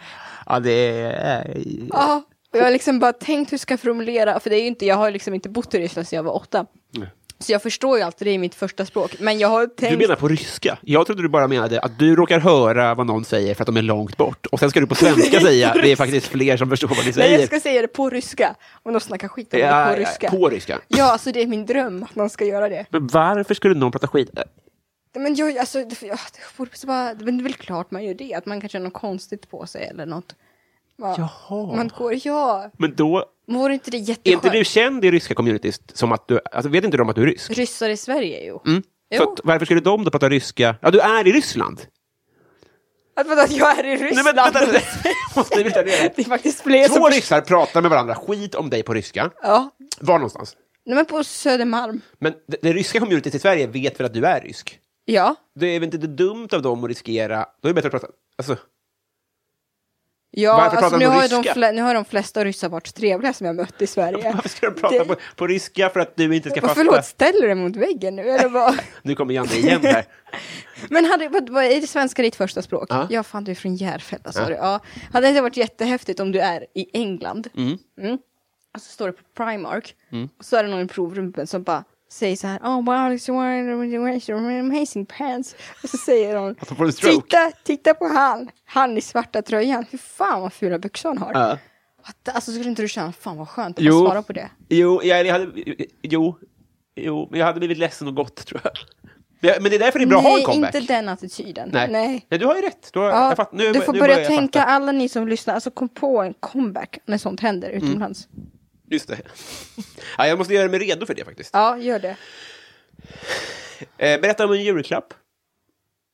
A: Ja, det är... eh,
B: Ja, och jag har liksom bara tänkt hur jag ska formulera, för det är ju inte, jag har liksom inte bott i Ryssland sedan jag var åtta. Så jag förstår ju alltid det i mitt första språk, men jag har tänkt...
A: Du menar på ryska? Jag trodde du bara menade att du råkar höra vad någon säger för att de är långt bort. Och sen ska du på svenska säga, det är faktiskt fler som förstår vad ni
B: Nej,
A: säger.
B: jag ska säga det på ryska. Om de snackar skit om
A: Ja,
B: det på
A: ja,
B: ryska.
A: På ryska.
B: Ja, alltså det är min dröm att någon ska göra det.
A: Men varför skulle någon prata skit?
B: Men jag, alltså, det, ja, det, borde så bara, men det är väl klart man gör det, att man kan känna något konstigt på sig eller något. Va?
A: Jaha.
B: Man går, ja.
A: Men då,
B: Men vore inte det
A: är inte
B: jätteskönt?
A: du känd i ryska communityt som att du, alltså vet inte de att du är rysk?
B: Ryssar i Sverige ju.
A: Mm. Så
B: Mm. Jo.
A: att, varför skulle de då prata ryska? Ja, du är i Ryssland!
B: Att, vadå, att jag är i Ryssland?
A: Måste vi retardera?
B: det är faktiskt fler som...
A: Två ryssar pratar med varandra skit om dig på ryska.
B: Ja.
A: Var någonstans?
B: Nej, men på Södermalm.
A: Men det, det ryska communityt i Sverige vet väl att du är rysk?
B: Ja.
A: Det är väl inte det dumt av dem att riskera... Då är det bättre att prata... Alltså,
B: Ja,
A: Varför pratar
B: alltså,
A: de
B: nu, har ju
A: ryska?
B: de fle- nu har de flesta ryssar varit trevliga som jag mött i Sverige.
A: varför ska de prata
B: Det-
A: på, på ryska för att du inte ska
B: Vad,
A: fastna?
B: Förlåt, ställer du dig mot väggen nu? Eller vad?
A: Nu kommer Janne igen här.
B: Men hade, vad, vad, är det svenska ditt första språk?
A: Ja.
B: Ja, fan du är från Järfälla sa du. Ja. Hade inte varit jättehäftigt om du är i England? Mm. Och så står det på Primark.
A: Mm.
B: Och så är det någon i provrumpen som bara säger så här. Oh wow, Alex, you are amazing pants. Och så säger hon.
A: Att de får en stroke.
B: Titta, titta på han. Han i svarta tröjan. Hur fan vad fula byxor han har.
A: Ja.
B: Att, alltså skulle inte du känna, fan vad skönt att
A: Jo.
B: man svarar på det.
A: Jo, jag, jag hade... Jo. Jo, men jag hade blivit ledsen och gått, tror jag. Men- Men det är därför det är bra att ha en
B: Nej,
A: comeback.
B: inte den attityden.
A: Nej.
B: Nej.
A: du har ju rätt. Du, har,
B: Ja,
A: jag fatt, nu,
B: du får
A: nu
B: börja
A: börjar jag
B: tänka,
A: fatta.
B: alla ni som lyssnar, alltså kom på en comeback när sånt händer
A: Mm.
B: utomlands.
A: Just det. Ja, jag måste göra mig redo för det faktiskt.
B: Ja, gör det.
A: Eh, berätta om en julklapp.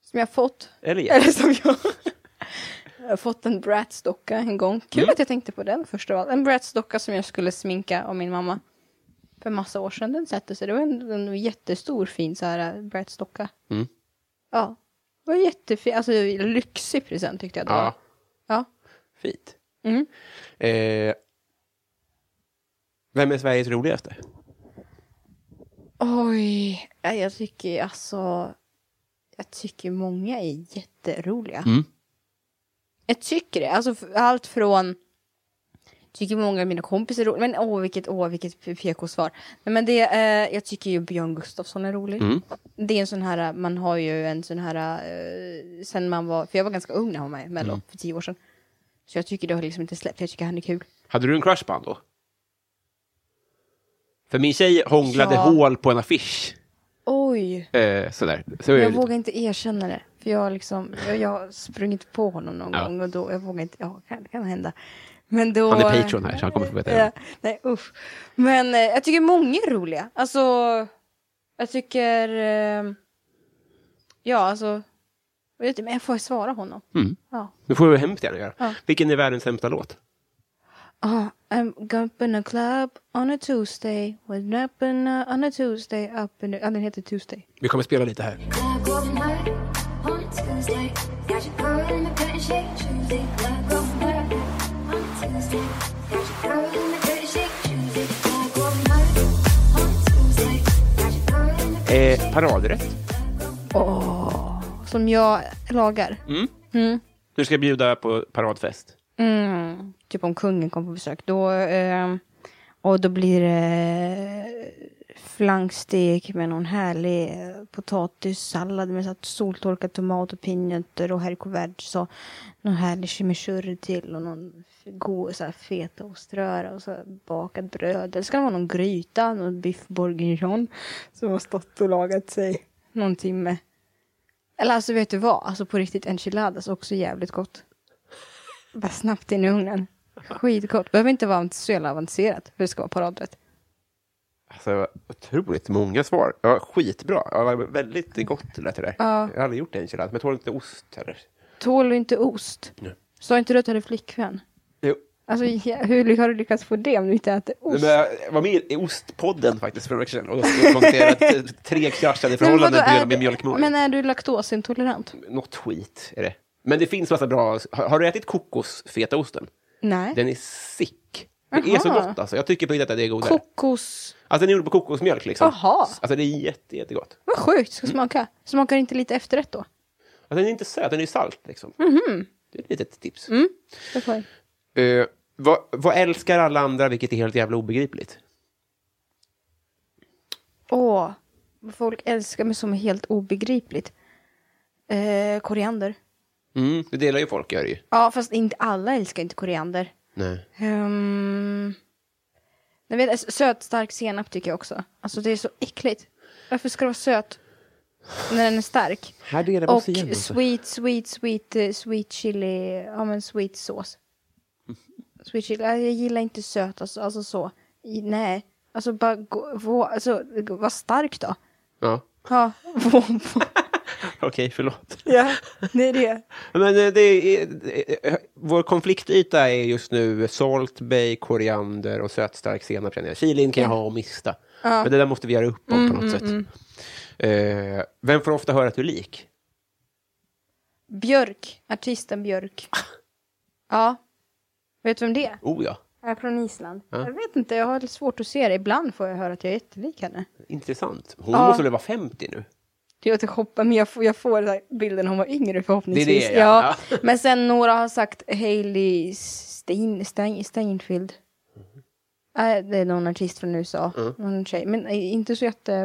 B: Som jag fått,
A: Eller ja.
B: eller som jag... jag har fått en Bratz-docka en gång. Kul
A: Mm.
B: att jag tänkte på den först av allt. En Bratz-docka som jag skulle sminka av min mamma. För massa år sedan den satte sig. Det var en, en jättestor fin så här Bratz-docka.
A: Mm.
B: Ja. Det var jättefin, alltså lyxig present tyckte jag det var.
A: ja.
B: Ja.
A: Fint.
B: Mm.
A: Eh, vem är Sveriges roligaste?
B: Oj, ja, jag tycker alltså... Jag tycker många är jätteroliga.
A: Mm.
B: Jag tycker det. Alltså f- allt från... Tycker många av mina kompisar är roliga. Men åh, vilket, åh, vilket p- PK-svar. Nej, men det, eh, jag tycker ju Björn Gustafsson är rolig.
A: Mm.
B: Det är en sån här, man har ju en sån här... Eh, sen man var, för jag var ganska ung när han var med i Mello,
A: Mm.
B: för tio år sedan. Så jag tycker det har liksom inte släppt. Jag tycker han är kul.
A: Hade du en crush på han då? För min tjej hånglade
B: Ja.
A: hål på en affisch.
B: Oj!
A: Eh, sådär. Så är
B: Jag
A: det.
B: vågar inte erkänna det. För jag har liksom, jag, jag har sprungit på honom någon
A: Ja.
B: gång och då, jag vågar inte, ja det kan, det kan hända. Men då...
A: Han är Patreon här, så han kommer få veta det.
B: eh, Ja, nej usch. Men eh, jag tycker många är roliga. Alltså, jag tycker... Eh, ja alltså. jag vet inte, Men jag får svara honom.
A: Mm.
B: Ja.
A: Det får vi hemskt gärna göra.
B: Ja.
A: Vilken är världens sämsta låt?
B: Ah, I'm up in a club on a Tuesday. When up in a, on a Tuesday. Up in a, ja, den heter Tuesday.
A: Vi kommer spela lite här.
C: Club going hard on a Tuesday. Got your girl in the dirty shake Tuesday. Club going hard on a Tuesday. Got your girl in the dirty shake Tuesday. Club going hard on a Tuesday. Got your girl in the dirty shake
A: Eh, paradrätt.
B: Åh, som jag lagar.
A: Du ska bjuda på paradfest.
B: Mm, typ om kungen kom på besök. Då, eh, och då blir det flankstek med någon härlig eh, potatissallad med så här soltorkad tomat och pinjönter och herrkuvert. Så någon härlig chimichurri till och någon god så här fetaoströra och så här bakat bröd. Eller ska det vara någon gryta, någon biff bourguignon som har stått och lagat sig någon timme. Eller alltså vet du vad, alltså på riktigt enchiladas också jävligt gott. Bara snabbt in i ugnen. Skitgott. Behöver inte vara så jävla avancerat för det ska vara paradrätt.
A: Alltså, otroligt många svar. Ja, skitbra. Ja, väldigt gott lät det där.
B: Ja.
A: Jag har aldrig gjort en enchilada, men jag tål inte ost heller.
B: Tål du inte ost?
A: Nej.
B: Sa inte du att du hade flickvän?
A: Jo.
B: Alltså ja, hur har du lyckats få det om du inte äter
A: Nej,
B: ost?
A: men jag var med i Ostpodden faktiskt för några veckor sedan och dokumenterade att tre kraschade förhållanden på grund av min mjölkmage.
B: men är du laktosintolerant?
A: Något skit är det. Men det finns massa bra... Har, har du ätit kokosfetaosten?
B: Nej.
A: Den är sick. Det är så
B: Aha.
A: gott alltså. Jag tycker på riktigt att det är godare.
B: Kokos...
A: alltså den är gjord på kokosmjölk liksom.
B: Jaha.
A: Alltså det är jätte, jättegott.
B: Vad sjukt,
A: Mm.
B: ska smaka. Smakar det inte lite efterrätt då?
A: Alltså, den är inte söt, den är salt liksom.
B: Mhm.
A: Det är ett litet tips.
B: Mm. Det får jag.
A: Eh, vad, vad älskar alla andra, vilket är helt jävla obegripligt?
B: Åh, vad folk älskar mig som är helt obegripligt. Eh, koriander.
A: Mm, det delar ju folk, gör det ju.
B: Ja, fast inte alla älskar inte koriander.
A: Nej.
B: Um, jag vet, alltså, söt stark senap tycker jag också. Alltså det är så äckligt. Varför ska det vara söt när den är stark?
A: Här delar vi
B: Och
A: oss igen. Alltså.
B: sweet, sweet, sweet, eh, sweet chili, ja men sweet sås. sweet chili. Jag gillar inte söt, alltså, alltså så. I, nej. Alltså bara gå, vå, alltså, var stark då.
A: Ja.
B: Ja, vå, vå.
A: Okej, förlåt.
B: ja, det är det.
A: Men eh, det är, eh, vår konfliktyta är just nu salt, bay, koriander och sötstark senap. känner jag. Chilin kan jag ha och mista. Men det där måste vi göra upp om
B: Mm,
A: på något sätt. Eh, vem får ofta höra att du är lik?
B: Björk, artisten Björk. Ja. Vet du vem det är?
A: Oh ja,
B: Jag är från Island. Jag vet inte, jag har lite svårt att se det. Ibland får jag höra att jag är jättelik henne.
A: intressant. Hon
B: Ja.
A: måste väl vara 50 nu?
B: Jag, typ hoppar, men jag, får, jag får den här bilden när hon var yngre förhoppningsvis.
A: Det är det, ja. Ja.
B: Men sen några har sagt Hailey Stein, Stein, Steinfeld.
A: Mm-hmm.
B: Nej, det är någon artist från USA. Någon tjej. Men eh, inte så jättemånga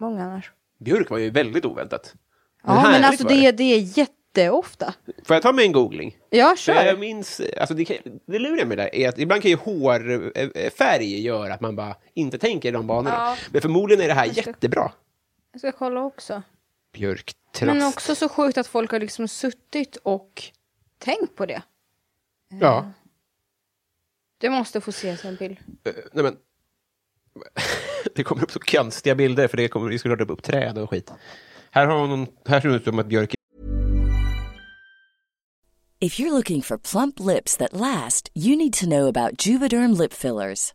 B: annars.
A: Björk var ju väldigt oväntat.
B: Ja, men
A: härligt
B: alltså
A: var
B: det, det är jätteofta.
A: Får jag ta med en googling?
B: Ja,
A: För jag
B: kör.
A: minns, alltså det, kan- det luriga med det där är att ibland kan ju hårfärg göra att man bara inte tänker i de banorna. Men förmodligen är det här jättebra.
B: Jag ska kolla också.
A: Björktrast.
B: Men också så sjukt att folk har liksom suttit och tänkt på det.
A: Ja.
B: Du måste få se en bild.
A: Eh, nej men. det kommer upp så konstiga bilder för det kommer ju såklart upp, upp träd och skit. Här, har hon, någon- här ser det ut som att Björk
D: If you're looking for plump lips that last, you need to know about Juvederm lip fillers.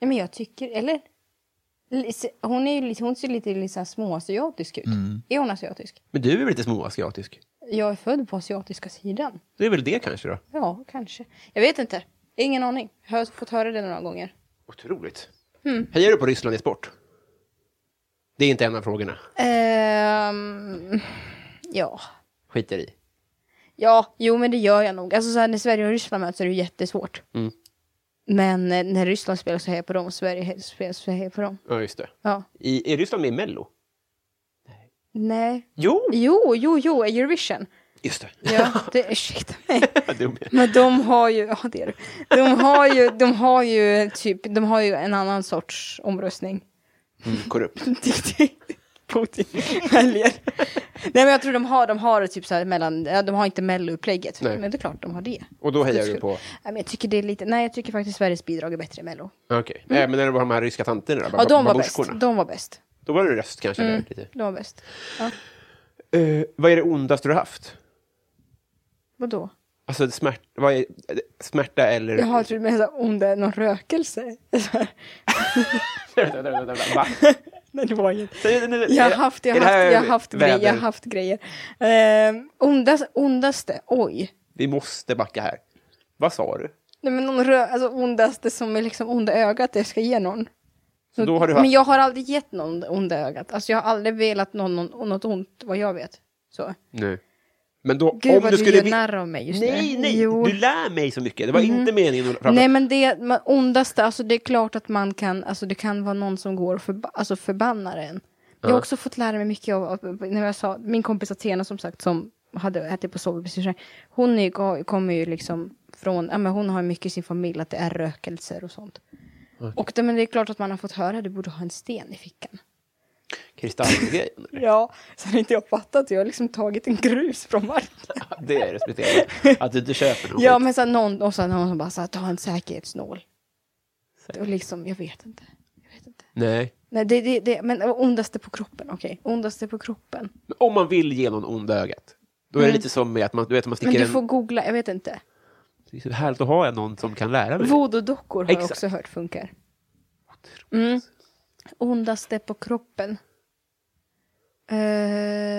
B: Nej, men jag tycker, eller? Lise- Hon, är ju, lite- hon ser lite, lite så här småasiatisk ut. Är hon asiatisk?
A: Men du är väl lite småasiatisk?
B: Jag är född på asiatiska sidan.
A: Det är väl det kanske då?
B: Ja, kanske. Jag vet inte. Ingen aning. Jag har fått höra det några gånger.
A: Otroligt.
B: Hmm.
A: Hejar du på Ryssland i sport? Det är inte en av frågorna.
B: Ehm, ja.
A: Skiter i.
B: Ja, jo men det gör jag nog. Alltså så här, när Sverige och Ryssland möts är det ju jättesvårt. Men eh, när Ryssland spelar så hejar jag på dem och Sverige he- spelar så hejar jag på dem.
A: Ja, just det.
B: Ja.
A: I, är Ryssland med i Mello?
B: Nej.
A: Jo!
B: Jo, jo, jo, Eurovision.
A: Just det.
B: Ja, det, ursäkta mig.
A: Vad dum jag är.
B: Men de har ju, ja det är du. De har ju, de har ju typ, de har ju en annan sorts omröstning.
A: Korrupt.
B: Putin väljer. Nej men jag tror de har, de har typ så här mellan, ja, de har inte melloupplägget.
A: Nej.
B: Men det är klart de har det.
A: Och då hejar du på...
B: Nej men jag tycker det är lite, nej jag tycker faktiskt Sveriges bidrag är bättre än mello.
A: Okej. Äh, men när det var de här ryska tanterna då?
B: Ja de var bäst,
A: babusjkorna.
B: de Mm. var bäst.
A: Då var det röst kanske? Där, lite.
B: De var bäst.
A: Eh, vad är det ondaste du har haft?
B: Vadå?
A: Alltså smärt, vad är, smärta eller...
B: Jag har typ med så här, om det är någon rökelse. Så här,
A: Vänta, vänta, vänta, Va?
B: Nej det var inget.
A: Säg det nu.
B: Jag har haft, jag
A: Är
B: har
A: det här
B: haft, jag har haft grejer. Jag har
A: väder?
B: haft grejer. Ehm, ondas, ondaste, oj.
A: Vi måste backa här. Vad sa du?
B: Nej men någon rö, alltså ondaste som är liksom onda ögat jag ska ge någon.
A: Så då har du haft...
B: Mm. Men jag har aldrig gett någon onda ögat. Alltså jag har aldrig velat någon, någon något ont vad jag vet. Så.
A: Nej. Men då,
B: Gud,
A: om
B: vad
A: du
B: du
A: skulle...
B: gör
A: vi-
B: narr av mig just nu.
A: nej, nej,
B: Jo. Mm.
A: du lär mig så mycket. Det var inte meningen att rabbla
B: Nej men det man, ondaste, alltså det är klart att man kan, alltså det kan vara någon som går och förba, alltså förbannar en. Jag har också fått lära mig mycket av, av när jag sa, min kompis Athena som sagt som hade ätit på sovprecis, hon är, ju- kommer ju liksom från, ja men hon har mycket i sin familj att det är rökelser och sånt. Och det, men det är klart att man har fått höra, du borde ha en sten i fickan.
A: kristallgrejen.
B: Ja, sen har inte jag fattat, jag har liksom tagit en grus från marken.
A: Det är respekterat. Att du inte köper något.
B: Ja, men sen någon, och sen någon som bara sa ta en säkerhetsnål. Och liksom, jag vet inte. Jag vet inte.
A: Nej.
B: Nej, det, det, det, men ondaste på kroppen, okej. Ondaste på kroppen.
A: Men Om man vill ge någon onda ögat. Då är det lite som med att man, du vet, man
B: Mm. Men
A: sticker
B: du
A: en...
B: får googla, jag vet inte.
A: Det är så härligt att ha någon som kan lära mig.
B: Voodoo-dockor har jag
A: Exakt.
B: också hört funkar. Mm. Ondaste på kroppen. Eh,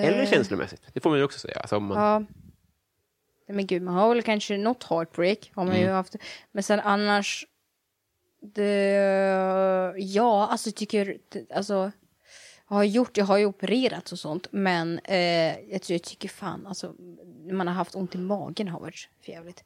A: Eller känslomässigt. Det får man ju också säga. Alltså, om man...
B: Ja. Nej, men gud, man har väl kanske något heartbreak. Har man ju haft. Men sen annars. Det, ja, alltså tycker. Alltså. Jag har gjort, jag har ju opererats och sånt. Men eh, jag, ty- jag tycker fan alltså. när Man har haft ont i magen har varit för jävligt.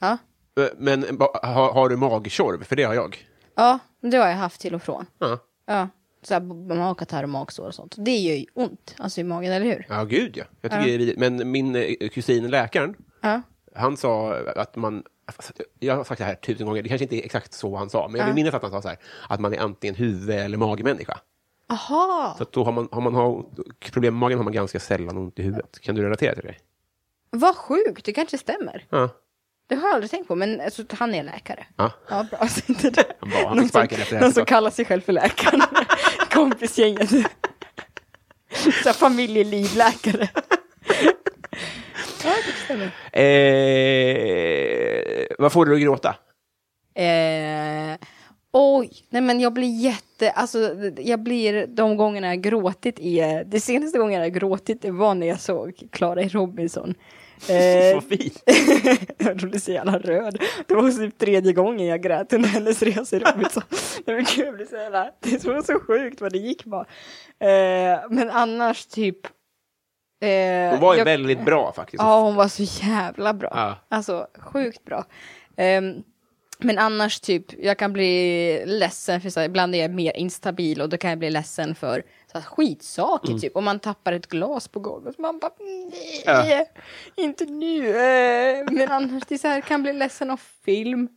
B: Ja.
A: Eh, Men ba- har, har du magtjorv? För det har jag.
B: ja, det har jag haft till och från.
A: Ja,
B: Ja. Så här, b- magkatarr och magsår och sånt. Det gör ju ont alltså i magen, eller hur?
A: ja gud ja. Jag tycker det är vid- Men min eh, kusin läkaren,
B: Ja.
A: han sa att man... alltså, Jag har sagt det här tusen gånger, det kanske inte är exakt så han sa, men jag vill minnas att han sa så här, att man är antingen huvud eller magmänniska.
B: Aha.
A: Så att då har man, har man har problem med magen har man ganska sällan ont i huvudet. Kan du relatera till det?
B: Vad sjukt, det kanske stämmer.
A: Ja.
B: Det har jag aldrig tänkt på, men alltså, han är läkare.
A: Ja.
B: Ja, bra. Så inte det.
A: Han bara, han fick
B: någon som,
A: sparken efter det här
B: någon som
A: såklart.
B: kallar sig själv för läkaren. Kompisgänget. Så här, familjelivläkare. ja, det stämmer.
A: Eh, vad får du att gråta?
B: Eh, oj, nej men jag blir jätte, alltså jag blir de gångerna jag gråtit i, det senaste gången jag gråtit det var när jag såg Klara i Robinson. Eh,
A: Så fint!
B: jag blev så jävla röd. Det var typ tredje gången jag grät under hennes resa i Robinson. Nej men gud, jag blev så jävla, det var så sjukt vad det gick bara. Eh, men annars typ. eh,
A: Hon var ju
B: jag-
A: väldigt bra faktiskt.
B: Ja, hon var så jävla bra.
A: Ja.
B: Alltså, sjukt bra. Ehm, men annars typ, jag kan bli ledsen för så här, ibland är jag mer instabil och då kan jag bli ledsen för så här, skitsaker typ. Om man tappar ett glas på golvet. Man bara nej, inte nu. eh." Men annars det är så här, kan bli ledsen av film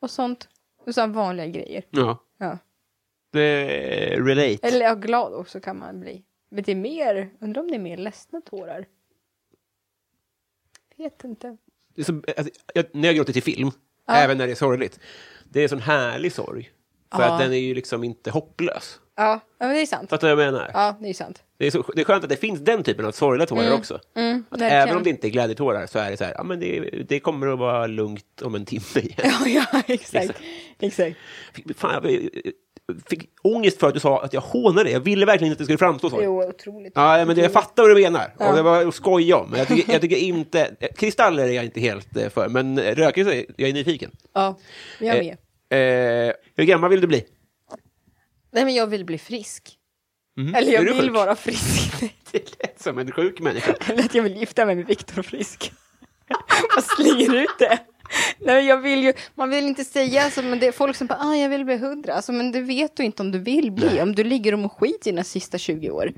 B: och sånt. Och så här, vanliga grejer.
A: Ja.
B: Ja.
A: Det, relate.
B: Eller ja, glad också kan man bli. Men det är mer, undrar om det är mer ledsna tårar. Vet inte.
A: Det är så, alltså, jag, när jag gråter till film, även när det är sorgligt, det är en sån härlig sorg. För att den är ju liksom inte hopplös.
B: Ja, ja, men det är sant.
A: Fattar du vad jag menar?
B: Ja, det är sant.
A: Det, är så, det är skönt att det finns den typen av sorgliga tårar också. att
B: Mm, verkligen.
A: även om det inte är glädjetårar så är det så här, ja, men det, det kommer att vara lugnt om en timme igen.
B: Ja, ja exakt. exakt.
A: Fick, fan, jag fick ångest för att du sa att jag hånade dig. Jag ville verkligen inte att det skulle framstå så.
B: Jo, otroligt.
A: Ja, men det, jag fattar vad du menar. Och det var att skoja om. Men Jag tycker, jag tycker inte... eh, Kristaller är jag inte helt eh, för, men eh, rökelse, är- jag är nyfiken.
B: Ja, jag med.
A: Eh, eh, hur gammal vill du bli?
B: Nej, men jag vill bli frisk. Eller
A: Mhm.
B: jag
A: Är du
B: vill
A: sjuk?
B: vara frisk. Nej,
A: Det lät som en sjuk människa.
B: Eller att jag vill gifta mig med Viktor Frisk. Vad slänger ut det? Nej, men jag vill ju, man vill inte säga, alltså, men det är folk som bara, ah, jag vill bli hundra. Alltså, men det vet du inte om du vill bli, om du ligger och mår skit dina sista 20 år.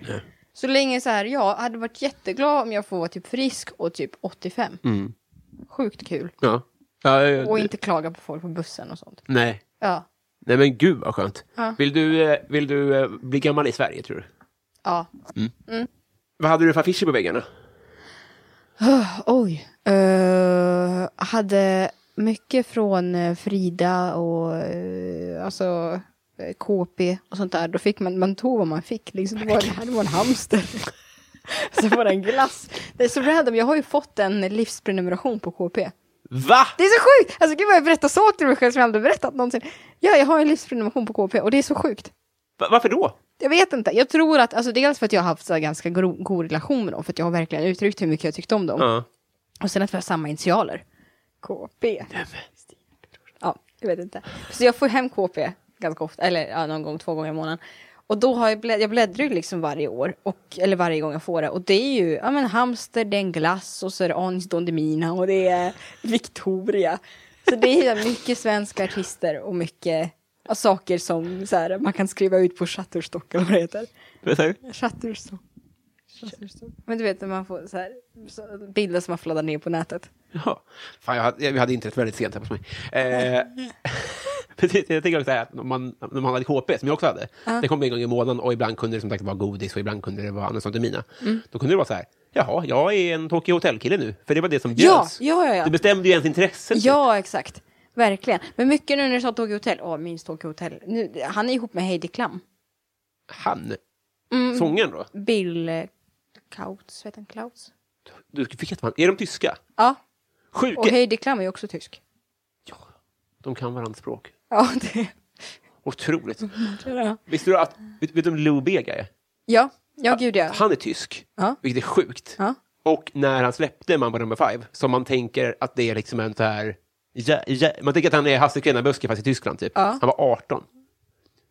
B: Så länge så här, jag hade varit jätteglad om jag får vara typ frisk och typ 85.
A: Mm.
B: Sjukt kul.
A: Ja. Ja, ja,
B: Och inte klaga på folk på bussen och sånt.
A: Nej.
B: Ja,
A: Nej, men gud vad skönt.
B: Ja.
A: Vill du, eh, vill du eh, bli gammal i Sverige, tror du?
B: ja.
A: Vad hade du för affischer på väggarna?
B: Oj. Eh, hade mycket från eh, Frida och eh, alltså eh, KP och sånt där. Då fick man, man tog vad man fick. Liksom, det, var, det här var en hamster. Så var det en glass. Det är så random. Jag har ju fått en livsprenumeration på KP.
A: Va?
B: Det är så sjukt! Alltså gud vad jag berättar saker om mig själv som jag aldrig berättat någonsin. Ja, jag har en livsprenumeration på KP och det är så sjukt.
A: Va- Varför då?
B: Jag vet inte. Jag tror att, alltså dels för att jag har haft så här ganska gro- god relation med dem, för att jag har verkligen uttryckt hur mycket jag tyckte om dem.
A: Ja.
B: Och sen att vi har samma initialer. KP. Ja, jag vet inte. Så jag får hem KP ganska ofta, eller ja, någon gång två gånger i månaden. Och då har jag, blädd, jag bläddrar ju liksom varje år, och, eller varje gång jag får det. Och det är ju ja, men hamster, det är en glass och så är det Anis Don Demina och det är Victoria. Så det är ju mycket svenska artister och mycket ja, saker som så här, man kan skriva ut på Shutterstock eller vad det heter.
A: Vet du?
B: Shutterstock. Shutterstock. Men du vet när man får så här, så- bilder som man får ladda ner på nätet.
A: Ja. Fan, jag hade, jag hade internet väldigt sent hemma hos mig. Eh, precis, jag tänker också här att om man, när man hade KP, som jag också hade, det kom en gång i månaden och ibland kunde det som sagt vara godis och ibland kunde det vara annat sånt i mina.
B: Mm.
A: Då kunde det vara så här, jaha, jag är en tokig hotellkille nu, för det var det som
B: Ja,
A: bjöds.
B: ja, ja, ja.
A: Du bestämde ju ens intressen. typ.
B: Ja, exakt. Verkligen. Men mycket nu när du sa Tokyo Hotel. Åh, minns Tokyo Hotel. Nu, han är ihop med Heidi Klum.
A: Han,
B: Mm.
A: sången då?
B: Bill eh, Kautz, vet han Klaus?
A: Du fick ett man. Är de tyska?
B: Ja,
A: Sjuka!
B: och Heidi Klum är ju också tysk.
A: De kan varandras språk.
B: Ja, det
A: Otroligt. Visste du att, vet, vet du om Lou Bega är?
B: Ja, ja gud ja.
A: Han är tysk,
B: Ja.
A: vilket är sjukt.
B: Ja.
A: Och när han släppte Mambo Number Five, som man tänker att det är liksom en så här... Ja, ja, man tänker att han är Hasse Kvinnabuske fast i Tyskland, typ. Han var 18.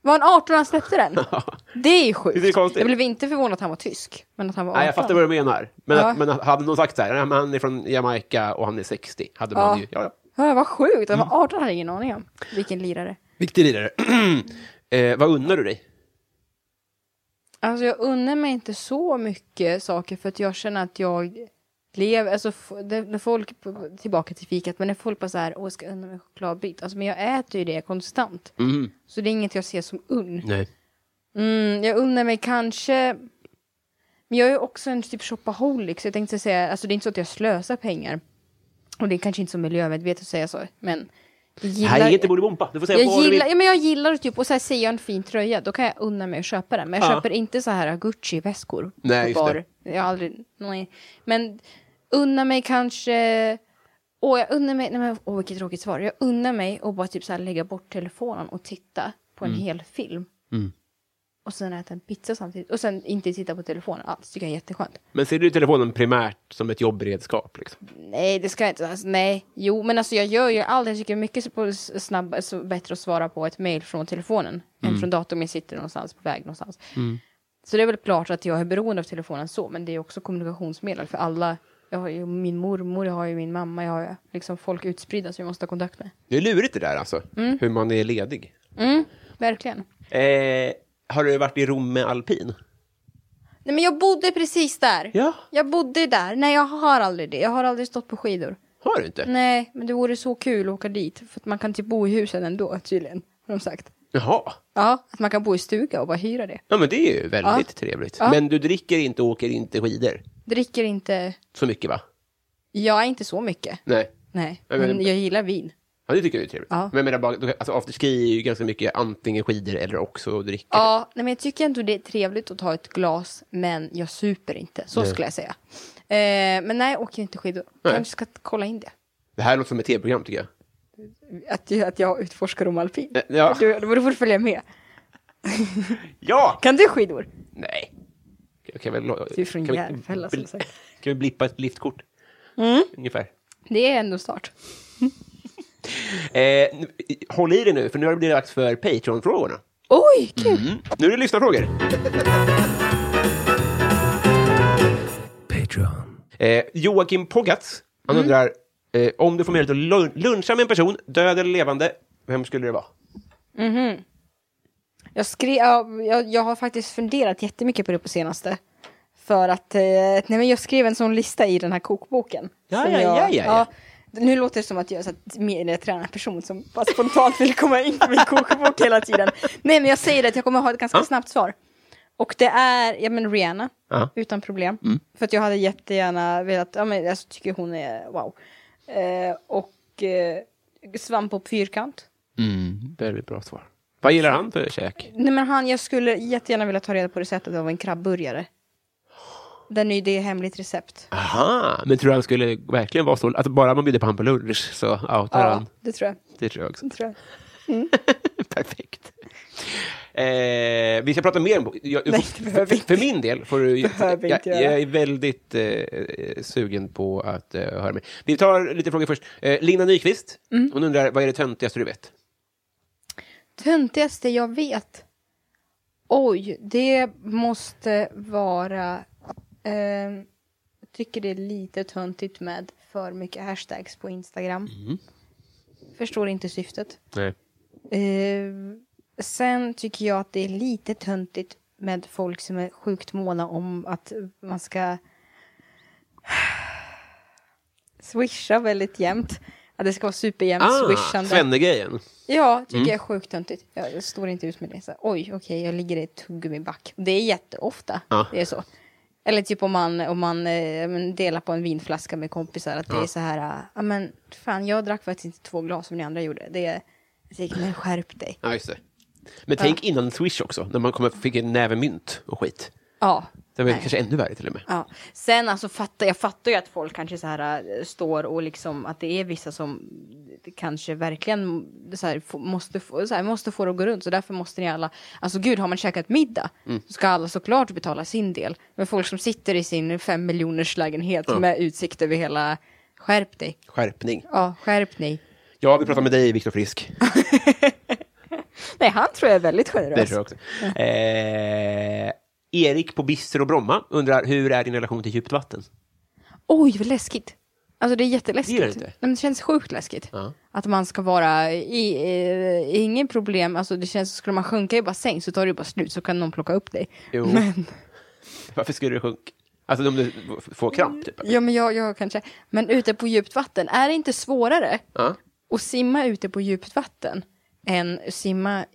B: Var han 18 när han släppte den? Det är ju sjukt.
A: Det är konstigt.
B: Jag blev inte förvånad att han var tysk, men att han var 18.
A: Nej, jag fattar vad du menar. Men,
B: Ja.
A: att, men att, hade någon sagt så här, "Nej, men han är från Jamaica och han är 60, hade man
B: Ja.
A: ju... Ja, ja.
B: Ja, vad sjukt.
A: Mm.
B: Han var 18 hade jag ingen aning om. Vilken lirare.
A: Viktig lirare. eh, vad unnar du dig?
B: Alltså jag unnar mig inte så mycket saker för att jag känner att jag lever, alltså f- det- när folk, på- tillbaka till fikat, men när folk bara så här, åh jag ska unna mig en chokladbit, alltså men jag äter ju det konstant.
A: Mm.
B: Så det är inget jag ser som unn.
A: Nej.
B: Mm, jag unnar mig kanske, men jag är ju också en typ shopaholic så jag tänkte säga, alltså det är inte så att jag slösar pengar. Och det är kanske inte så miljömedvetet att säga så, men jag gillar,
A: Här är inte Bolibompa, du får säga
B: jag
A: vad du vill.
B: gillar, ja, men jag gillar typ, och så här ser jag en fin tröja, då kan jag unna mig att köpa den. Men jag
A: Ja.
B: köper inte så här Gucci-väskor.
A: Nej,
B: på
A: just det.
B: Jag har aldrig, nej. Men unna mig kanske, åh jag unnar mig, nej men åh vilket tråkigt svar. Jag unnar mig att bara typ så här lägga bort telefonen och titta på
A: Mm.
B: en hel film. Och sen äta en pizza samtidigt. Och sen inte titta på telefonen alls, tycker jag är jätteskönt.
A: Men ser du telefonen primärt som ett jobbredskap? Liksom?
B: Nej, det ska jag inte. Alltså, nej, jo, men alltså jag gör ju allt. Jag tycker mycket på s- snabb, alltså, bättre att svara på ett mejl från telefonen än från datorn. Jag sitter någonstans på väg någonstans. Så det är väl klart att jag är beroende av telefonen så, men det är också kommunikationsmedel för alla. Jag har ju min mormor, jag har ju min mamma, jag har ju liksom folk utspridda som jag måste ha kontakt med.
A: Det är lurigt det där alltså,
B: Mm.
A: hur man är ledig.
B: Verkligen.
A: Eh, har du varit i Rom med alpin?
B: Nej, men jag bodde precis där.
A: Ja.
B: Jag bodde där. Nej, jag har aldrig det. Jag har aldrig stått på skidor.
A: Har du inte?
B: Nej, men det vore så kul att åka dit. För att man kan typ bo i husen ändå, tydligen. Har de sagt.
A: Jaha.
B: Ja, att man kan bo i stuga och bara hyra det.
A: Ja, men det är ju väldigt trevligt. Men du dricker inte och åker inte skidor
B: Dricker inte,
A: så mycket, va?
B: jag är inte så mycket.
A: Nej.
B: Nej,
A: Nej, men-
B: men jag gillar vin.
A: Ja, det tycker jag är trevligt.
B: Ja.
A: Men jag menar bara, då- alltså, afterski är ju ganska mycket antingen skidor eller också att dricka.
B: Ja, nej, men jag tycker ändå det är trevligt att ta ett glas, men jag super inte. Så skulle jag säga. Eh, men nej, jag åker inte skidor.
A: Nej.
B: Kanske ska kolla in det.
A: Det här låter som ett tv-program, tycker jag.
B: Att, jag- att jag utforskar om alpin.
A: Eh, ja.
B: Du, du borde följa med.
A: Ja!
B: Kan du skidor?
A: Nej. Jag kan väl...
B: Du är från
A: kan vi-
B: Järfälla, som sagt. Mm.
A: Kan vi blippa ett liftkort? Ungefär.
B: Det är ändå start.
A: Eh, nu- håll i dig nu, för nu har det blivit dags för Patreon-frågorna.
B: Oj, kul!
A: Nu är det lyssnarfrågor.
E: Patreon.
A: Eh, Joakim Poggatz, han undrar eh, om du får möjlighet att lun- luncha med en person, död eller levande, vem skulle det vara?
B: Jag, skrev, ja, jag, jag har faktiskt funderat jättemycket på det på senaste. För att eh, nej, men jag skrev en sån lista i den här kokboken.
A: Ja,
B: Som
A: ja,
B: jag,
A: ja, ja, ja.
B: Nu låter det som att jag är så här medietränad person som bara spontant vill komma in på min kokbok hela tiden. Nej, men jag säger det att jag kommer ha ett ganska snabbt svar. Och det är ja, men Rihanna,
A: Ja. Mm.
B: utan problem. För att jag hade jättegärna velat, ja, men jag tycker hon är wow. Eh, och eh, svamp på fyrkant.
A: Väldigt bra svar. Vad gillar han för käk?
B: Nej men han, jag skulle jättegärna vilja ta reda på receptet av en krabbburgare. Den är, det är hemligt recept.
A: Aha, men tror du han skulle verkligen vara så... Alltså bara man bjuder på han på lunch så outar
B: Ja,
A: han.
B: det tror jag.
A: Det tror jag också.
B: Det tror jag.
A: Perfekt. Eh, vi ska prata mer om boken. Jag, jag-
B: Nej, det behöver vi
A: för, för min del får du...
B: Behöver
A: jag,
B: inte göra.
A: jag är väldigt eh, eh, sugen på att eh, höra mer. Vi tar lite frågor först. Eh, Lina Nyqvist,
B: Mm.
A: hon undrar vad är det töntigaste du vet?
B: Töntigaste jag vet. Oj, det måste vara... ehm, jag tycker det är lite töntigt med för mycket hashtags på Instagram. Förstår inte syftet.
A: Nej.
B: Ehm, sen tycker jag att det är lite töntigt med folk som är sjukt måna om att man ska swisha väldigt jämnt. Att det ska vara superjämnt
A: Ah,
B: swishande.
A: Svenne-grejen.
B: Ja, tycker jag är sjukt töntigt. Jag står inte ut med det. Så, här, Oj, okej, jag ligger i ett tuggummiback. Det är jätteofta
A: Ja.
B: det är så. Eller typ om man, om man eh, men delar på en vinflaska med kompisar, att det är så här, ah, ja men fan, jag drack faktiskt inte två glas som ni andra gjorde. Det är, jag tänker, men skärp dig.
A: Ja, just det. Men tänk innan Swish också, när man kommer, fick en näve mynt och skit.
B: Ja.
A: Det var
B: Nej.
A: kanske ännu värre till och med.
B: Ja. Sen alltså fattar jag fattar ju att folk kanske så här eh, står och liksom att det är vissa som kanske verkligen så här, få- måste, få, så här, måste få det att gå runt så därför måste ni alla, alltså gud har man käkat middag
A: Mm.
B: så ska alla såklart betala sin del. Men folk som sitter i sin fem miljoners lägenhet med utsikt över hela, skärp dig.
A: Skärpning.
B: Ja, skärp dig.
A: Ja, vi pratar med dig, Viktor Frisk.
B: Nej, han tror jag är väldigt
A: Det
B: generös.
A: tror jag också. Eh, Erik på Bistro Bromma undrar, hur är din relation till djupt vatten?
B: Oj, vad läskigt. Alltså det är jätteläskigt.
A: Gillar du inte?
B: Nej, men det känns sjukt läskigt.
A: Ja.
B: Att man ska vara i, eh, ingen problem, alltså det känns, skulle man sjunka i bassäng så tar det ju bara slut så kan någon plocka upp dig.
A: Jo.
B: Men,
A: Varför skulle du sjunka? Alltså om du f- får kramp, typ?
B: ja men jag, jag kanske, men ute på djupt vatten, är det inte svårare
A: Ja.
B: att simma ute på djupt vatten än simma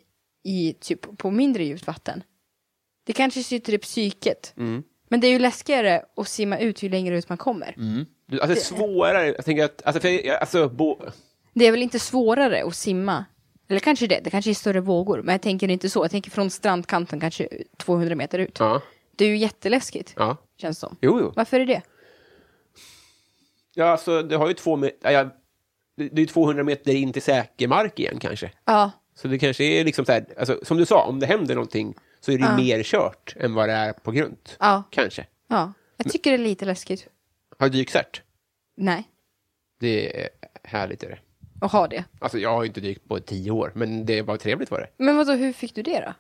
B: i, typ, på mindre djupt vatten? Det kanske sitter i psyket.
A: Mm.
B: Men det är ju läskigare att simma ut ju längre ut man kommer.
A: Du, Alltså svårare, jag tänker att, alltså, för jag, jag- alltså bo,
B: Det är väl inte svårare att simma? Eller kanske det, det kanske är större vågor. Men jag tänker inte så, jag tänker från strandkanten kanske 200 meter ut.
A: ja,
B: Det är ju jätteläskigt,
A: ja,
B: känns som.
A: jo, jo.
B: Varför är det?
A: Ja, alltså det har ju två, me- ja, ja, det det är ju 200 meter in till säker mark igen kanske.
B: Ja,
A: Så det kanske är liksom så här, alltså, som du sa, om det händer någonting så är det ju mer kört än vad det är på grund.
B: Ja.
A: Kanske.
B: ja. Jag tycker det är lite läskigt.
A: Har du dykcert?
B: Nej,
A: Det är härligt är det.
B: att ha det.
A: Alltså jag har ju inte dykt på tio år, men det var trevligt var det.
B: Men vadå, hur fick du det då?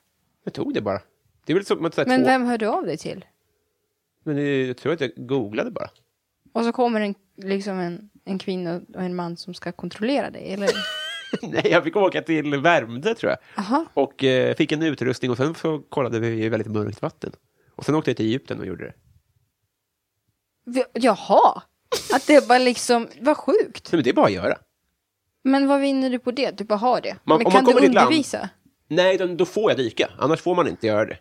A: Jag tog det bara. Det är väl som att säga
B: Men
A: två...
B: vem hör du av dig till?
A: Men eh, jag tror att jag googlade bara.
B: Och så kommer en, liksom en, en kvinna och en man som ska kontrollera dig, eller?
A: Nej, jag fick åka till Värmdö tror jag.
B: Aha.
A: Och eh, fick en utrustning och sen så kollade vi i väldigt mörkt vatten. Och sen åkte jag till Egypten och gjorde det.
B: V- Jaha! Att det bara liksom, vad sjukt.
A: Så, men det är bara att göra.
B: Men vad vinner du på det? Du bara har det.
A: Man-
B: Men
A: om
B: kan
A: man
B: du
A: kommer i ett land-
B: undervisa?
A: Nej, då, då får jag dyka. Annars får man inte göra det.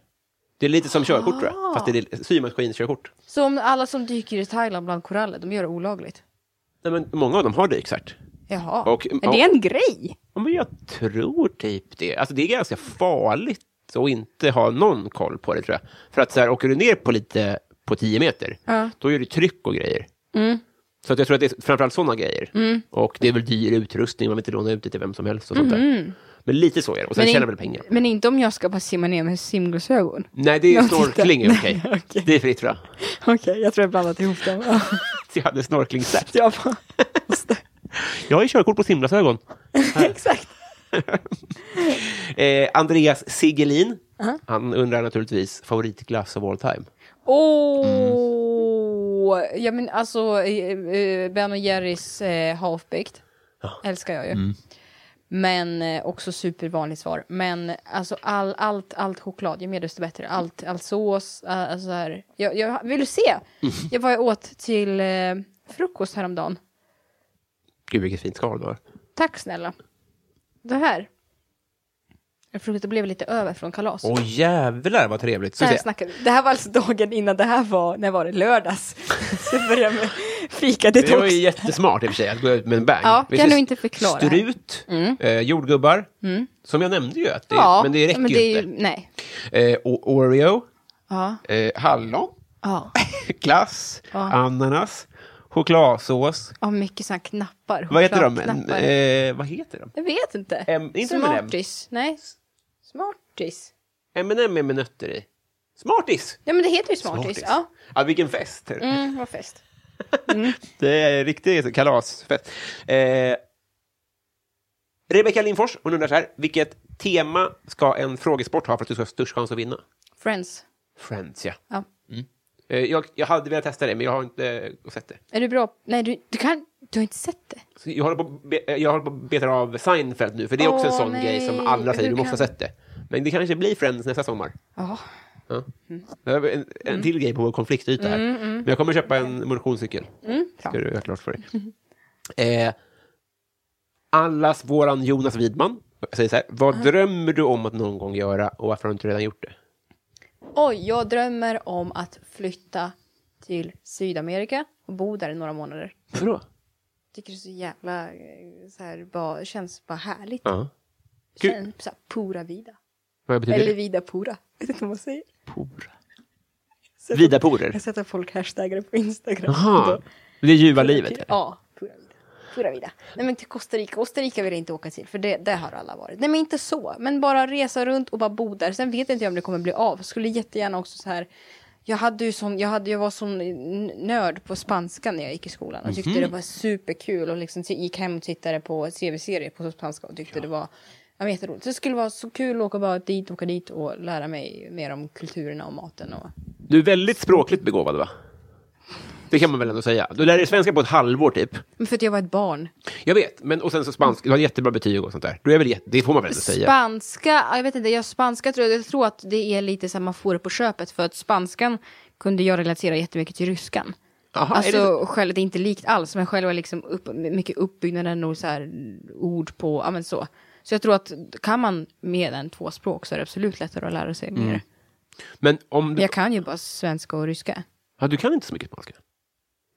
A: Det är lite som körkort tror jag. Fast det är symaskinskörkort.
B: Så om alla som dyker i Thailand bland koraller, de gör det olagligt?
A: Nej, men många av dem har dykcert.
B: Jaha.
A: Och-
B: är det en grej?
A: Ja, men jag tror typ det. Alltså det är ganska farligt att inte ha någon koll på det tror jag. För att så här, åker du ner på lite på 10 meter, då gör det tryck och grejer.
B: Mm.
A: Så att jag tror att det är framförallt sådana grejer. Och det är väl dyr utrustning, man vill inte låna ut det till vem som helst och sånt där. Men lite så är det, och sen
B: Mm-hmm. Men in-
A: tjänar väl pengar.
B: Men inte om jag ska bara simma ner med simglasögon.
A: Nej, det är
B: Jag tittar.
A: snorkling är okej.
B: Nej, okej.
A: Det är fritt fram.
B: Okej, jag tror jag blandat ihop dem. Ja.
A: Så Jag hade snorklingset.
B: jag bara, måste.
A: Jag har ju körkort på simglasögon.
B: Exakt.
A: Eh, Andreas Sigelin, han undrar naturligtvis favoritglass of all time.
B: Åh! Ja men alltså, eh, eh, Ben och Jerrys eh, Half-Baked älskar jag ju. Men eh, också supervanligt svar. Men alltså all, allt, allt choklad, ju mer desto bättre. Allt, allt sås, eh, alltså så här. Jag, jag, vill du se? Jag var jag åt till eh, frukost häromdagen.
A: Gud, vilket fint skal du har.
B: Tack snälla. Det här. Jag tror att det blev lite över från kalas.
A: Åh jävlar vad trevligt.
B: Så
A: Så
B: här
A: se.
B: snackar vi. Det här var alltså dagen innan det här var, när var det, lördags? Så jag började med fika detox.
A: Det var ju jättesmart i och för sig att gå ut med en bang.
B: Ja,
A: Vi
B: kan
A: ses
B: du inte förklara här?
A: Strut, eh, jordgubbar, som jag nämnde ju, att det,
B: Ja,
A: men det räcker ju
B: är
A: inte.
B: nej.
A: Eh, o- Oreo,
B: Ja.
A: eh, hallon,
B: Ja.
A: glass, ananas, chokladsås.
B: ja, mycket sådana knappar.
A: Vad heter de?
B: chokladknappar.
A: Eh, vad heter de?
B: Jag vet inte.
A: Em- inte M&M.
B: Smarties. Nej. Smarties.
A: M&M är med nötter i. Smarties!
B: Ja, men det heter ju Smarties. Ja.
A: Ja, vilken fest!
B: Mm, vad fest.
A: Det är riktigt kalasfest. Eh, Rebecka Lindfors, hon undrar så här, vilket tema ska en frågesport ha för att du ska ha störst chans att vinna?
B: Friends.
A: Friends, ja.
B: Ja.
A: Eh, Jag, jag hade velat testa det, men jag har inte eh, sett det.
B: Är du bra? Nej, du, du kan... Du har inte sett det?
A: Så jag, håller på, att be- eh, jag håller på att beta av Seinfeld nu, för det är också en
B: Åh,
A: sån
B: nej.
A: grej som alla säger,
B: Hur
A: du måste ha
B: kan-
A: sett det. Men det kanske blir Friends nästa sommar.
B: Ja. Mm.
A: Ja. Det här var En, en till grej på vår konfliktyta här. Men jag kommer köpa en motionscykel.
B: Mm.
A: Ska
B: bra. Mm.
A: du ha klart för dig. Eh, allas våran Jonas Widman säger så här, vad drömmer du om att någon gång göra och varför har du inte redan gjort det?
B: Oj, jag drömmer om att flytta till Sydamerika och bo där i några månader.
A: Varför då?
B: Tycker det är så jävla... eh, Så här, bara, känns bara härligt.
A: Ja. Kul.
B: Känns så här, pura vida.
A: Vad betyder
B: Eller
A: det?
B: vida pura. Jag vet inte vad man säger.
A: Por.
B: Så-
A: Vida porer?
B: Jag sätter folk hashtaggar på Instagram.
A: Jaha. Det
B: Då-
A: är ljuva livet? eller?
B: Ja, pura vida. Pura vida. Nej men till Costa Rica. Costa Rica vill jag inte åka till för det, det har alla varit. Nej men inte så. Men bara resa runt och bara bo där. Sen vet inte jag om det kommer bli av. Skulle jättegärna också så här. Jag, hade ju sån, jag, hade, jag var sån n- nörd på spanska när jag gick i skolan och tyckte
A: Mhm.
B: det var superkul och liksom t- gick hem och tittade på CV-serier på spanska och tyckte det var ja, men jätteroligt. Så det skulle vara så kul att åka bara dit, åka dit och lära mig mer om kulturerna och maten och
A: Du är väldigt språkligt begåvad, va? Det kan man väl ändå säga. Du lärde dig svenska på ett halvår, typ.
B: Men för att jag var ett barn.
A: Jag vet, men och sen så spanska. Du har jättebra betyg och sånt där. Du är väl jätte, det får man väl ändå säga?
B: Spanska, ja, jag vet inte, jag spanska tror jag, jag tror att det är lite så här, man får det på köpet för att spanskan kunde jag relatera jättemycket till ryskan.
A: Aha, är det så?
B: alltså det... själv, det är inte likt alls, men själva liksom upp, mycket uppbyggnaden och så här ord på, ja men så. Så jag tror att kan man med en två språk så är det absolut lättare att lära sig mer.
A: Men om
B: Men
A: Mm. du...
B: jag kan ju bara svenska och ryska.
A: Ja, du kan inte så mycket spanska.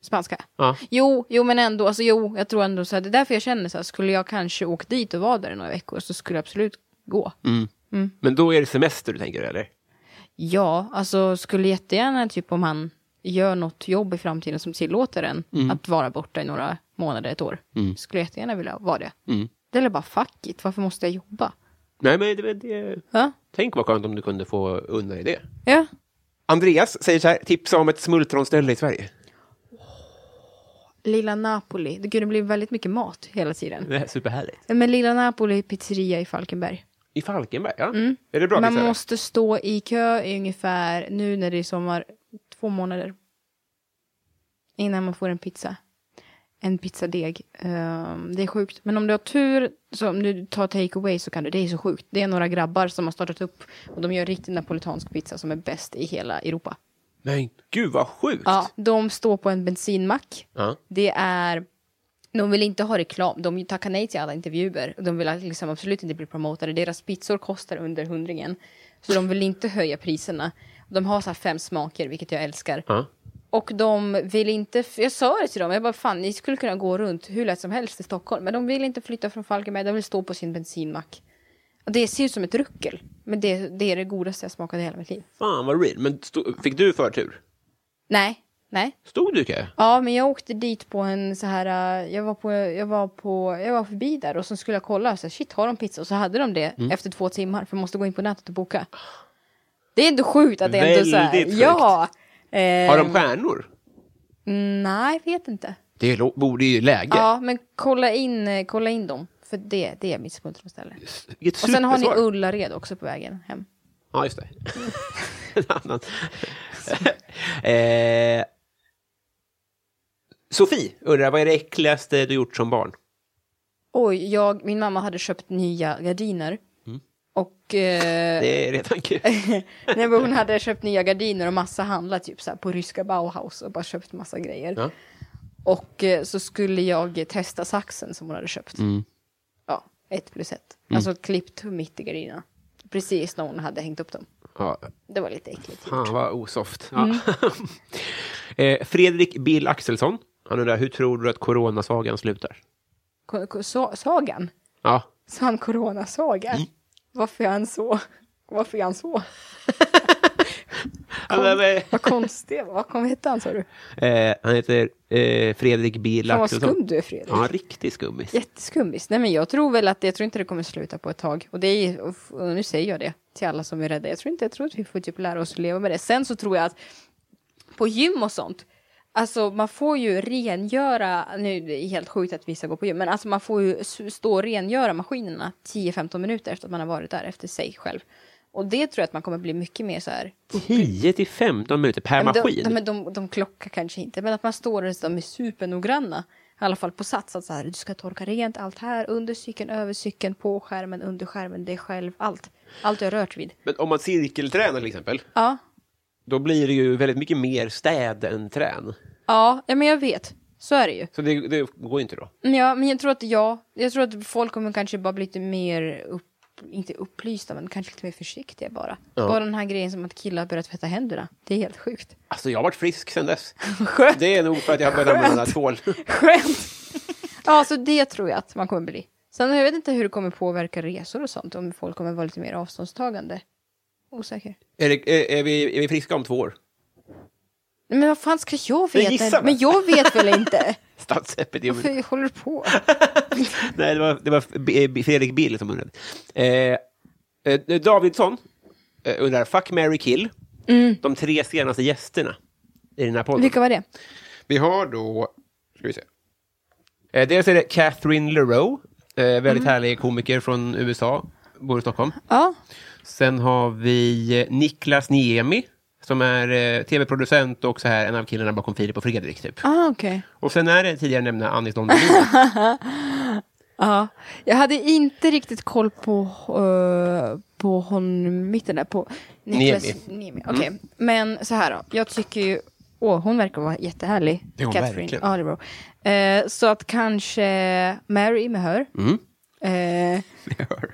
B: Spanska?
A: Ja.
B: Jo, jo men ändå, alltså jo, jag tror ändå så här, det är därför jag känner så här, skulle jag kanske åka dit och vara där i några veckor så skulle jag absolut gå.
A: Men då är det semester du tänker, eller?
B: Ja, alltså skulle jättegärna typ om han gör något jobb i framtiden som tillåter en att vara borta i några månader, ett år. Skulle jag jättegärna vilja vara det.
A: Mm.
B: Det är bara fuck it, varför måste jag jobba?
A: Nej, men det, det...
B: Ja,
A: Tänk vad skönt om du kunde få unna dig det.
B: ja.
A: Andreas säger så här, tipsa om ett smultronställe i Sverige.
B: Lilla Napoli, det kunde bli väldigt mycket mat hela tiden.
A: Det är superhärligt.
B: Men Lilla Napoli pizzeria i Falkenberg.
A: I Falkenberg, ja. Är det bra?
B: Mm. Man
A: Lisa?
B: måste stå i kö i ungefär, nu när det är sommar, två månader. Innan man får en pizza. En pizzadeg. Ehm, det är sjukt. Men om du har tur, så om du tar takeaway så kan du, det är så sjukt. Det är några grabbar som har startat upp och de gör riktig napolitansk pizza som är bäst i hela Europa.
A: Men gud vad sjukt!
B: Ja, de står på en bensinmack.
A: Ja.
B: Det är... De vill inte ha reklam. De tackar nej till alla intervjuer. De vill liksom absolut inte bli promotade. Deras pizzor kostar under hundringen. Så de vill inte höja priserna. De har så här fem smaker, vilket jag älskar.
A: Ja.
B: Och de vill inte... för Jag sa det till dem. Jag bara, fan, ni skulle kunna gå runt hur lätt som helst i Stockholm. Men de vill inte flytta från Falkenberg. De vill stå på sin bensinmack. Och det ser ut som ett ruckel. Men det, det är det godaste jag smakat i hela mitt liv.
A: Fan vad real. Men stod, fick du förtur?
B: Nej, nej.
A: Stod du i kö?
B: Ja, men jag åkte dit på en så här, eh, jag var, på, jag var, på, jag var förbi där och så skulle jag kolla, så här, shit har de pizza? Och så hade de det
A: Mm.
B: efter två timmar, för man måste gå in på nätet och boka. Det är ändå sjukt att det är ändå så här,
A: Väldigt sjukt.
B: ja. Eh,
A: Har de stjärnor?
B: Nej, vet inte.
A: Det är, lo- borde ju läge.
B: Ja, men kolla in, eh, kolla in dem, för det, det är mitt smultronställe.
A: Vilket
B: Och sen har ni
A: supersvar.
B: Ullared också på vägen hem.
A: Ja, just det. en annan. eh, Sofie undrar, vad är det äckligaste du gjort som barn?
B: Oj, jag, min mamma hade köpt nya gardiner.
A: Mm.
B: Och... Eh,
A: Det är redan kul.
B: Nej, men hon hade köpt nya gardiner och massa handlat typ så här, på ryska Bauhaus och bara köpt massa grejer.
A: Ja.
B: Och eh, så skulle jag testa saxen som hon hade köpt.
A: Mm.
B: Ja, ett plus ett. Alltså klippt mitt i gardinerna. Precis när hon hade hängt upp dem.
A: Ja,
B: Det var lite äckligt.
A: fan vad osoft. Ja.
B: Mm.
A: eh, Fredrik Bill Axelsson, han undrar, hur tror du att coronasagan slutar?
B: Ko- ko- sa- Sagan?
A: Ja,
B: Sa han coronasaga?
A: Mm.
B: Varför är han så? Varför är han så?
A: Alla med-
B: Vad konstigt. Vad kom hette han sa du?
A: eh, han heter eh, Fredrik Bill
B: Fan vad
A: Axelsson.
B: skum du är Fredrik.
A: Ja, riktig skummis.
B: Jätteskummis. Nej men jag tror väl att jag tror inte det kommer sluta på ett tag. Och det är, och nu säger jag det till alla som är rädda. Jag tror inte, jag tror att vi får typ lära oss att leva med det. Sen så tror jag att på gym och sånt, Alltså man får ju rengöra, nu är det helt sjukt att vissa går på gym, men alltså man får ju s- stå och rengöra maskinerna 10-15 minuter efter att man har varit där efter sig själv. Och det tror jag att man kommer bli mycket mer så här.
A: 10 till 15 minuter per
B: Men
A: maskin.
B: De, de, de, de klockar kanske inte, men att man står där de är supernoggranna. I alla fall på Sats, att så här, du ska torka rent allt här, under cykeln, över cykeln, på skärmen, under skärmen, dig själv, allt. Allt du har rört vid.
A: Men om man cirkeltränar till exempel,
B: Ja,
A: då blir det ju väldigt mycket mer städ än trän.
B: ja, ja men jag vet. Så är det ju.
A: Så det, det går ju inte då.
B: Men Mm, Ja, men jag tror att ja, jag tror att folk kommer kanske bara bli lite mer, upp, inte upplysta, men kanske lite mer försiktiga bara. Bara den här grejen som att killar har börjat tvätta händerna. Det är helt sjukt.
A: Alltså jag har varit frisk sen dess.
B: Skönt.
A: Det är nog för att jag har börjat använda tvål.
B: Skönt! ja, så det tror jag att man kommer bli. Sen jag vet inte hur det kommer påverka resor och sånt, om folk kommer vara lite mer avståndstagande. Osäker.
A: Är, det, är, är, vi, är vi friska om två år?
B: Nej, Men vad fan ska jag
A: Men
B: veta?
A: gissa väl.
B: Men jag vet väl inte?
A: Statsepidemiolog.
B: Varför håller du på?
A: Nej, det var, det var B- B- Fredrik Bill som undrade. Eh, eh, Davidsson eh, undrar, fuck, Mary kill. De tre senaste gästerna i den här podden.
B: Vilka var det?
A: Vi har då... Ska vi se. Eh, dels är det Catherine LeRoe, eh, väldigt härlig komiker från USA, bor i Stockholm.
B: Ja,
A: Sen har vi eh, Niklas Niemi, som är eh, tv-producent och så här en av killarna bakom Filip och Fredrik, typ.
B: ah, okej.
A: Och sen är det tidigare nämnda Anis Don Demina.
B: Ja, jag hade inte riktigt koll på, eh, på hon mitten där, på Niklas
A: Niemi.
B: Niemi. Okej, men så här då. Jag tycker ju, åh, hon verkar vara jättehärlig.
A: Det är hon
B: Catherine
A: verkligen.
B: Arlebro. Eh, så att kanske Mary med hör.
A: Mm.
B: Eh,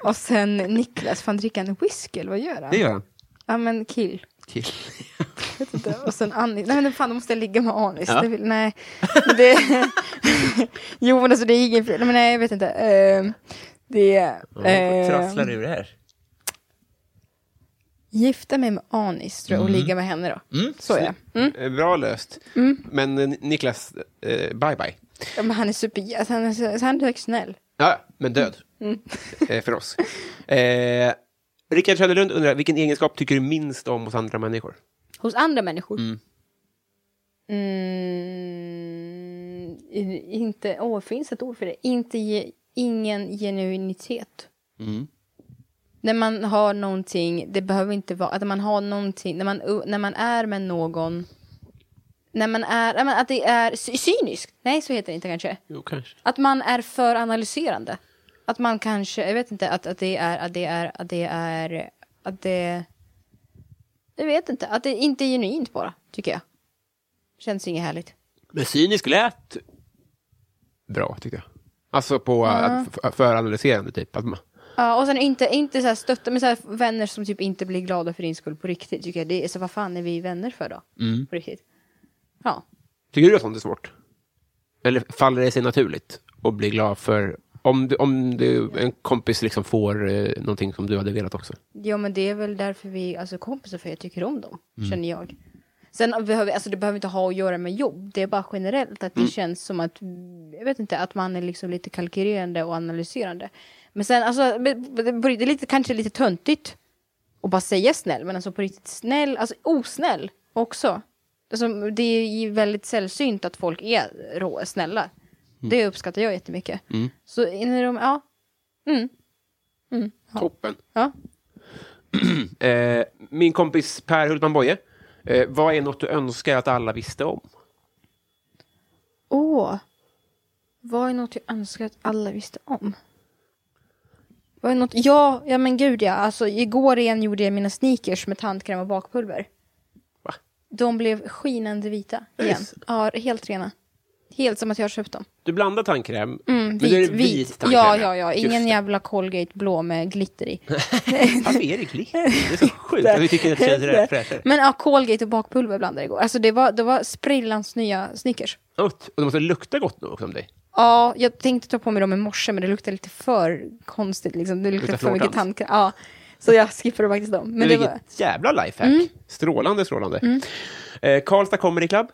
B: och sen Niklas, fan dricker han en whisky eller vad gör han?
A: Det gör han.
B: Ja men kill.
A: Kill.
B: Vet inte. Och sen Anis, nej men fan då måste jag ligga med Anis.
A: Ja.
B: Det vill, nej. Det, jo men alltså det är ingen fel, men nej jag vet inte. Eh, det ehm,
A: Ja,
B: är
A: Trasslar ur det här.
B: gifta mig med Anis tror jag, och ligga med henne då. Så ja. Mm.
A: Eh, Bra löst. Men eh, Niklas, eh, bye bye.
B: Ja, Men han är super, alltså, han är, så- han är högt snäll.
A: Ja, men död. Eh, för oss. Eh, Rickard Söderlund undrar, vilken egenskap tycker du minst om hos andra människor?
B: Hos andra människor. Mm. Mm, i- inte, åh finns ett ord för det? Inte ge, ingen genuinitet. När man har någonting, det behöver inte vara, att man har någonting, när man, när man är med någon, när man är, ja, men att det är cy- cyniskt, nej så heter det inte kanske.
A: Jo, kanske.
B: Att man är för analyserande. Att man kanske, jag vet inte, att, att det är, att det är, att det är, att det... Jag vet inte, att det inte är genuint bara, tycker jag. Känns inget härligt.
A: Men cynisk lät bra, tycker jag. Alltså på mm. föranalyserande, typ. Att man,
B: Ja, och sen inte, inte så här stötta, men så här vänner som typ inte blir glada för din skull på riktigt, tycker jag. Det är, så vad fan är vi vänner för då? På riktigt. Ja.
A: tycker du att sånt är svårt? Eller faller det sig naturligt att bli glad för om, du, om du, en kompis liksom får eh, någonting som du hade velat också?
B: Ja men det är väl därför vi, alltså kompisar för jag tycker om dem, känner jag. Sen behöver, alltså det behöver inte ha att göra med jobb, det är bara generellt att det känns som att, jag vet inte, att man är liksom lite kalkylerande och analyserande. Men sen, alltså, men- men det är lite, kanske lite töntigt att bara säga snäll, men alltså på riktigt snäll, alltså osnäll också. Alltså, det är ju väldigt sällsynt att folk är rå, snälla. Det uppskattar jag jättemycket. Så in i de, ja,
A: Toppen.
B: ja.
A: Eh, min kompis Per Hultman Boye. Eh, vad är något du önskar att alla visste om?
B: Åh. Vad är något jag önskar att alla visste om? Vad är något? Ja, ja men gud ja. Alltså igår igen gjorde jag mina sneakers med tandkräm och bakpulver.
A: Va?
B: De blev skinande vita
A: det
B: igen.
A: så?
B: Ja, helt rena. Helt som att jag har köpt dem.
A: Du blandar tandkräm, men
B: Mm, Vit,
A: då är det
B: vit.
A: vit tandkräm.
B: Ja, ja, ja.
A: Just
B: Ingen
A: det.
B: jävla Colgate blå med glitter i.
A: Varför är det klick? Det är så sjukt att vi tycker att det känns rätt fräschare.
B: Men ja, Colgate och bakpulver blandade igår. Alltså det var, det var sprillans nya sneakers.
A: Ut, Och det måste lukta gott nu också om dig.
B: Ja, jag tänkte ta på mig dem i morse, men det luktar lite för konstigt. Liksom. Det luktar,
A: Luktar
B: för mycket
A: fluortand.
B: tandkräm. Ja, så jag skippade faktiskt dem. Men,
A: Men
B: det
A: vilket
B: var... Mm.
A: jävla lifehack. Strålande, strålande. Eh, Karlstad Comedy Club.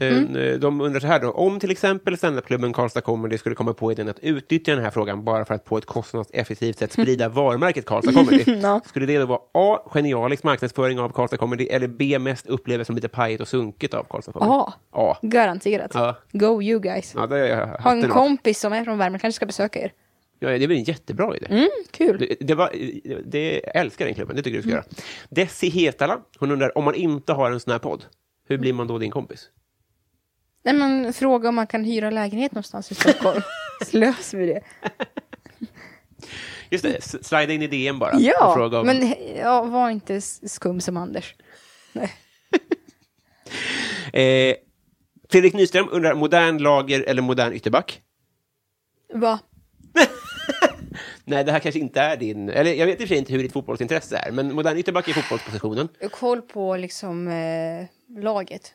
A: Eh,
B: Mm.
A: De undrar så här då, om till exempel standupklubben Karlstad Comedy skulle komma på idén att utnyttja den här frågan bara för att på ett kostnadseffektivt sätt sprida varumärket Karlstad Comedy.
B: Ja.
A: Skulle det då vara A. Genialisk marknadsföring av Karlstad Comedy eller B. Mest upplevas som lite pajigt och sunkigt av Karlstad Comedy?
B: A.
A: A.
B: Garanterat.
A: Ja.
B: Go you guys.
A: Ja, det har jag
B: Ha
A: haft
B: en
A: en
B: kompis som är från Värmland, kanske ska besöka er.
A: ja, Det är väl en jättebra idé.
B: Mm, kul.
A: Det, det var, det jag älskar den klubben, det tycker du
B: Mm.
A: ska göra. Desi Hetala, hon undrar om man inte har en sån här podd, hur blir man då din kompis?
B: Nej men fråga om man kan hyra lägenhet någonstans i Stockholm. Så löser vi det.
A: Just det, s- slida in i DM bara. och
B: Ja,
A: fråga om,
B: men ja, var inte s- skum som Anders.
A: eh, Fredrik Nyström undrar, modern lager eller modern ytterback?
B: Va?
A: Nej, det här kanske inte är din... Eller jag vet i och för sig inte hur ditt fotbollsintresse är, men modern ytterback är fotbollspositionen.
B: Koll på liksom eh, laget.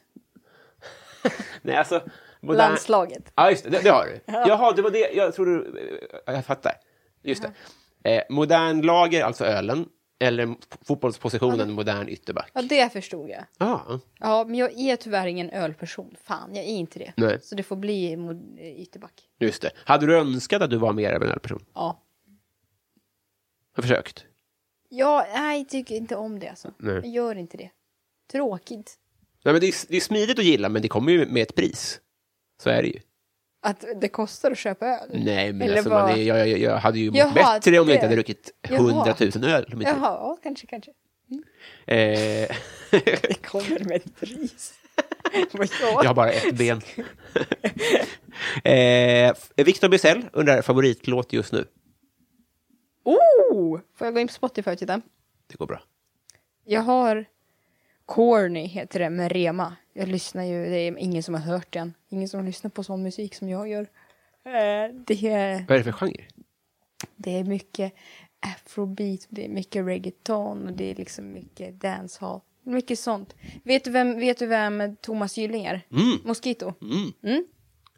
A: Nej, alltså... Modern...
B: Landslaget.
A: Ja, just det. Det, det har du. Jaha, det var det. Jag tror du... eh, Jag fattar. Just det. Eh, modern lager, alltså ölen, eller f- fotbollspositionen modern ytterback.
B: Ja, det förstod jag.
A: Ja.
B: Ja, men jag är tyvärr ingen ölperson. Fan, jag är inte det.
A: Nej.
B: Så det får bli mod- eh, ytterback.
A: Just det. Hade du önskat att du var mer av en ölperson?
B: Ja.
A: Har försökt?
B: Ja, nej, jag tycker inte om det alltså.
A: Nej.
B: Jag gör inte det. Tråkigt.
A: Nej, men det, är, det är smidigt att gilla, men det kommer ju med ett pris. Så är det ju.
B: Att det kostar att köpa öl.
A: Nej, men
B: Eller
A: alltså,
B: vad-
A: man är, jag, jag, jag hade ju mått
B: Jaha,
A: bättre om jag
B: det.
A: inte hade druckit
B: Jaha.
A: hundratusen öl. i mitt liv.
B: Jaha, ja, kanske, kanske.
A: Eh,
B: Det kommer med ett pris. Vad
A: jag har bara ett ben. eh, Victor Bysell undrar favoritlåt just nu.
B: Oh! Får jag gå in på Spotify och titta?
A: Det går bra.
B: Jag har Corny heter det med Rema. Jag lyssnar ju, det är ingen som har hört den. Ingen som lyssnar på sån musik som jag gör. Eh, Det är,
A: Vad är det för genre?
B: det är mycket afrobeat, det är mycket reggaeton och det är liksom mycket dancehall. Mycket sånt. Vet du vem, vet du vem Thomas Gylling är?
A: Mm.
B: Mosquito?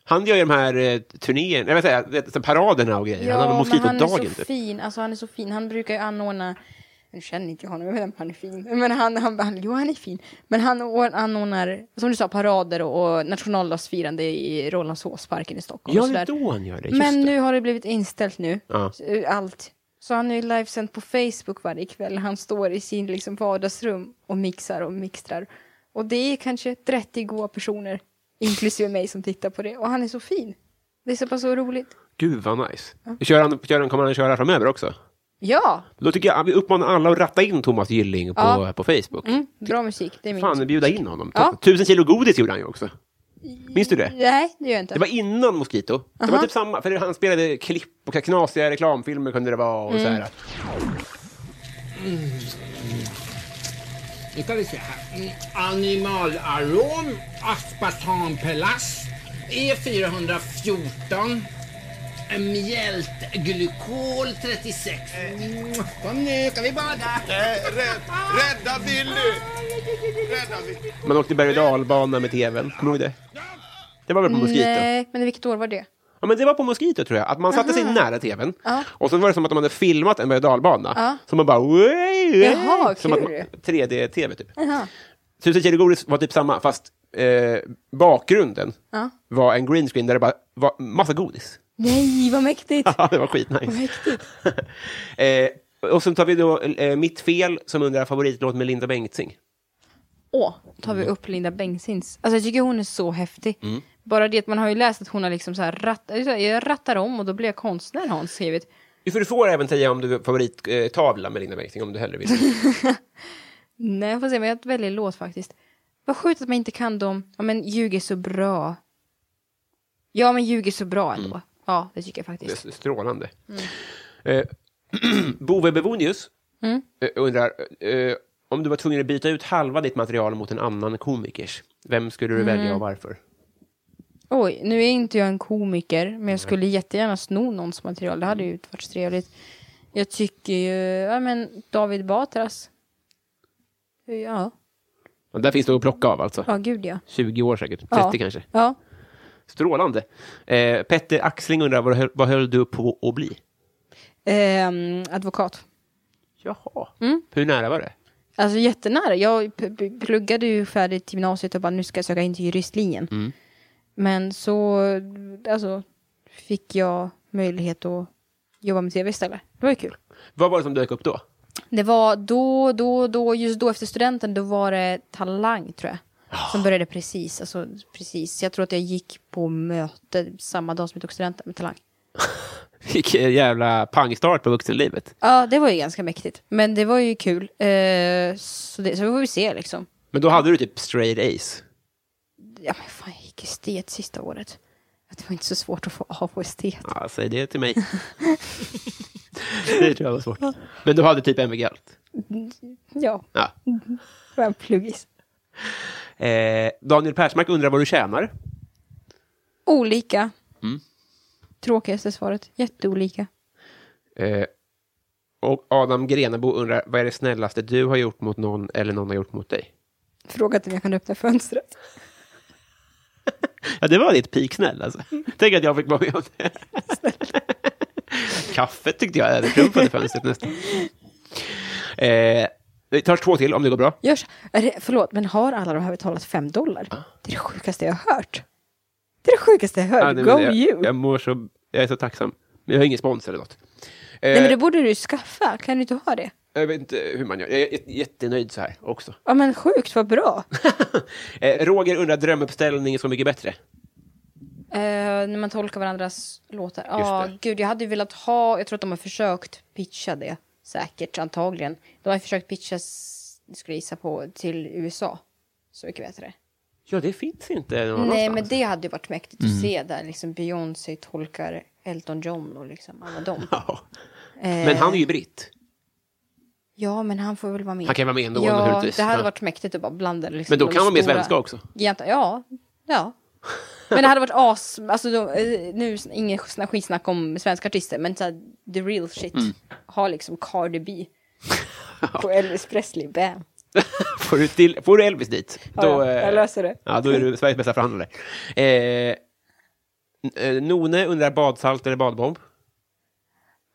A: Han gör ju de här eh, turnéerna, nej, vad säger jag, vet- så paraderna och grejer. han har
B: men han är
A: Mosquito-dagen
B: så
A: typ.
B: fin. Alltså han är så fin. Han brukar ju anordna... Nu känner inte jag honom, jag vet inte om han är fin. Men han, han, han, jo han är fin. Men han or- anordnar, som du sa, parader och, och nationaldagsfirande i Rålambshovsparken i Stockholm.
A: Ja,
B: och
A: det är
B: sådär.
A: då han gör det. Just
B: Men
A: det.
B: nu har det blivit inställt nu.
A: Ja.
B: Så, Allt. Så han är ju livesänd på Facebook varje kväll. Han står i sin liksom, vardagsrum och mixar och mixtrar. Och det är kanske 30 goa personer, inklusive mig, som tittar på det. Och han är så fin. Det är så pass så roligt.
A: Gud vad nice. Kör han, kör han, kommer han köra framöver också?
B: Ja,
A: Då tycker jag att vi uppmanar alla att ratta in Thomas Gylling på,
B: Ja.
A: på Facebook.
B: Mm, bra musik, det är min.
A: Fan, bjuda in honom.
B: Ja.
A: Tusen kilo godis gjorde han ju också. Minns du det?
B: Nej, det gör jag inte.
A: Det var innan Mosquito. Det var typ samma, för han spelade klipp och knasiga reklamfilmer kunde det vara. Och så
B: Mm.
A: här.
F: Nu ska vi se här. Mm, Animalarom, aspartam pelas, E414, eh, mjältglykol 36. Mm, Kom nu, ska vi bada?
G: Rädda Willy! Rädda Willy!
A: Man åkte berg och dalbana med tvn. Kommer du ihåg det? Det var väl på Mosquito?
B: Nej, men vilket år var det?
A: Ja, men det var på Mosquito tror jag, att man satte sig nära tvn. Och så var det som att de hade filmat en berg och dalbana. Så man bara...
B: Jaha,
A: som att man,
B: kul.
A: 3D-tv typ. Tusen kilo godis var typ samma, fast eh, bakgrunden var en green screen där det bara var massa godis.
B: Nej, vad mäktigt!
A: Ja, det var skitnice.
B: mäktigt.
A: eh, och sen tar vi då eh, Mitt fel, som undrar favoritlåt med Linda Bengtzing.
B: Åh, tar vi upp Linda Bengtzings. Alltså jag tycker hon är så häftig.
A: Mm.
B: Bara det att man har ju läst att hon har liksom så här ratt, jag rattar om och då blir jag konstnär har hon skrivit.
A: För du får även säga om du har favorittavla med Linda Bengtzing, om du hellre
B: Mm.
A: vill.
B: Nej, jag får se, men jag väljer låt faktiskt. Vad sjukt att man inte kan dem. Ja, men ljuger så bra. Ja, men ljuger så bra ändå. Ja, det tycker jag
A: Mm. Det
B: faktiskt.
A: är strålande.
B: Mm.
A: Eh, Bove Bebonius
B: Mm.
A: eh, undrar eh, om du var tvungen att byta ut halva ditt material mot en annan komikers. Vem skulle du välja
B: Mm.
A: och varför?
B: Oj, nu är inte jag en komiker, men jag skulle jättegärna sno någons material. Det hade
A: Mm.
B: ju varit trevligt. Jag tycker ju, ja men David Batras. Ja,
A: Och där finns det att plocka av alltså.
B: ja gud ja.
A: 20 år säkert, 30
B: Ja.
A: kanske.
B: Ja,
A: Strålande. Eh, Petter Axling undrar vad höll, vad höll du på att bli?
B: ehm, advokat.
A: Jaha. Hur nära var det?
B: Alltså jättenära. Jag p- p- pluggade ju färdigt gymnasiet och bara nu ska jag söka in till juristlinjen. Men så alltså, fick jag möjlighet att jobba med tv istället. Det var ju kul.
A: Vad var det som dök upp då?
B: Det var då, då, då, just då efter studenten, då var det Talang tror jag. Som började precis, alltså precis. Jag tror att jag gick på möte samma dag som jag tog studenten med Talang.
A: Vilken jävla pangstart på vuxenlivet.
B: Ja, det var ju ganska mäktigt. Men det var ju kul. Eh, så, det, så vi får vi se liksom.
A: Men då hade du typ straight ace.
B: Ja, men fan, jag gick estet sista året. Det var inte så svårt att få A på estet.
A: Ja, säg det till mig. det tror jag var svårt. Men du hade typ MVG allt.
B: Ja,
A: Ja.
B: det var en pluggis.
A: Eh, Daniel Persmark undrar vad du tjänar.
B: Olika.
A: Mm.
B: Tråkigaste svaret. Jätteolika.
A: Eh, och Adam Grenebo undrar, vad är det snällaste du har gjort mot någon eller någon har gjort mot dig?
B: Fråga om jag kan öppna fönstret.
A: Ja, det var ditt piksnäll alltså. Tänk att jag fick vara med om det. Kaffet tyckte jag övertrumfade fönstret typ nästan. Eh, vi tar två till om det går bra.
B: Görs, är det, förlåt, men har alla de här betalat fem dollar?
A: Ah.
B: Det är det sjukaste jag har hört. Det är det sjukaste jag har
A: Ja,
B: hört.
A: nej,
B: Go
A: men jag,
B: you!
A: Jag, mår så, jag är så tacksam. Men jag har ingen spons eller något.
B: Nej, men det borde du ju skaffa. Kan du inte ha det?
A: Jag vet inte hur man gör. Jag är jät- jättenöjd så här också.
B: Ja, men sjukt vad bra.
A: Eh, Roger undrar, drömuppställning är Så mycket bättre?
B: Eh, när man tolkar varandras låtar. Ja,
A: det.
B: gud, jag hade ju velat ha... Jag tror att de har försökt pitcha det. Säkert, antagligen. De har ju försökt pitcha, s- skulle jag gissa på, till USA. Så mycket bättre.
A: Ja, Mm. det finns inte någon
B: Nej,
A: annanstans.
B: men det hade ju varit mäktigt att se där. Liksom Beyoncé tolkar Elton John och liksom alla dem.
A: Ja.
B: Eh,
A: Men han är ju britt.
B: Ja, men han får väl vara med.
A: Han kan vara med ändå,
B: ja,
A: naturligtvis.
B: det hade
A: Ja.
B: varit mäktigt att bara blanda liksom,
A: Men då kan
B: de
A: man med
B: stora-
A: svenska också.
B: Gigant- Ja, ja. Men det hade varit as... Alltså, då, eh, nu s- ingen sna- skitsnack om svenska artister, men så här, the real shit.
A: Mm.
B: Ha liksom Cardi B på Elvis Presley, bam.
A: Får du, till, får du Elvis dit,
B: Ja,
A: då,
B: ja,
A: eh,
B: jag löser det.
A: Ja, då är du Sveriges bästa förhandlare. Eh, n- eh, None undrar badsalt eller badbomb.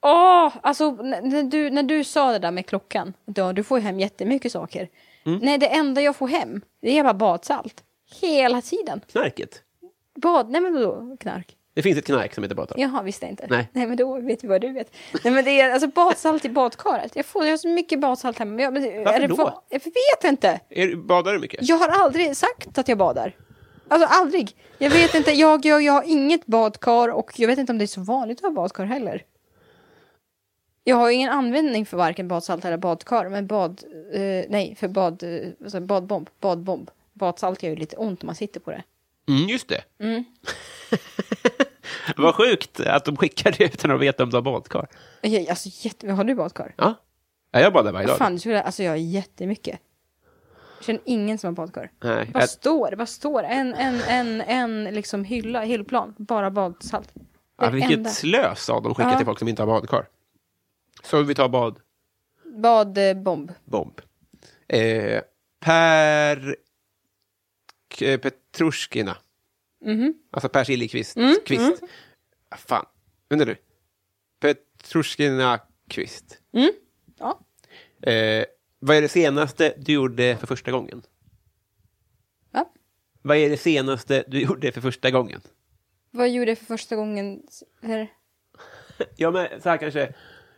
B: Åh, alltså n- när du, när du sa det där med klockan, då, du får ju hem jättemycket saker.
A: Mm.
B: Nej, det enda jag får hem, det är bara badsalt. Hela tiden.
A: Knarket.
B: Bad, nej men då knark.
A: Det finns ett knark som heter badsalt.
B: Jaha, visste jag inte.
A: Nej.
B: men då vet vi vad du vet. Nej, men det är alltså badsalt i badkaret. Jag, får, jag har så mycket badsalt hemma. Men jag, men,
A: Varför
B: är det
A: då?
B: va- Jag vet inte.
A: Är, badar du mycket?
B: Jag har aldrig sagt att jag badar. Alltså aldrig. Jag vet inte. Jag, jag, jag har inget badkar och jag vet inte om det är så vanligt att ha badkar heller. Jag har ju ingen användning för varken badsalt eller badkar, men bad... Eh, nej, för bad... Eh, alltså badbomb. Badbomb. Badsalt gör ju lite ont om man sitter på det.
A: Mm, just det. Vad sjukt att de skickar det utan att veta om du har badkar.
B: Jag, alltså jätte... Har du badkar?
A: Ja. ja, jag badar varje dag.
B: Fan, du skulle, alltså jag har jättemycket. Jag känner ingen som har badkar.
A: Nej,
B: Vad
A: jag-
B: står det? Vad står det? En, en, en, en liksom hylla, hyllplan. Bara badsalt. Det
A: ja,
B: är det
A: vilket
B: enda.
A: slös av de skickar
B: Ja.
A: till folk som inte har badkar. Så vi tar badbomb.
B: Badbomb.
A: Eh, per K- eh, Petrushkina.
B: Mhm.
A: Alltså Per Siljekvist.
B: Mm,
A: Kvist. Ah, Fan, undrar du. Petrushkina Kvist.
B: Mm. Ja.
A: Eh, vad är det senaste du gjorde för första gången?
B: Va?
A: Vad är det senaste du gjorde för första gången?
B: Vad gjorde jag för första gången? Här.
A: Ja, men så här kanske.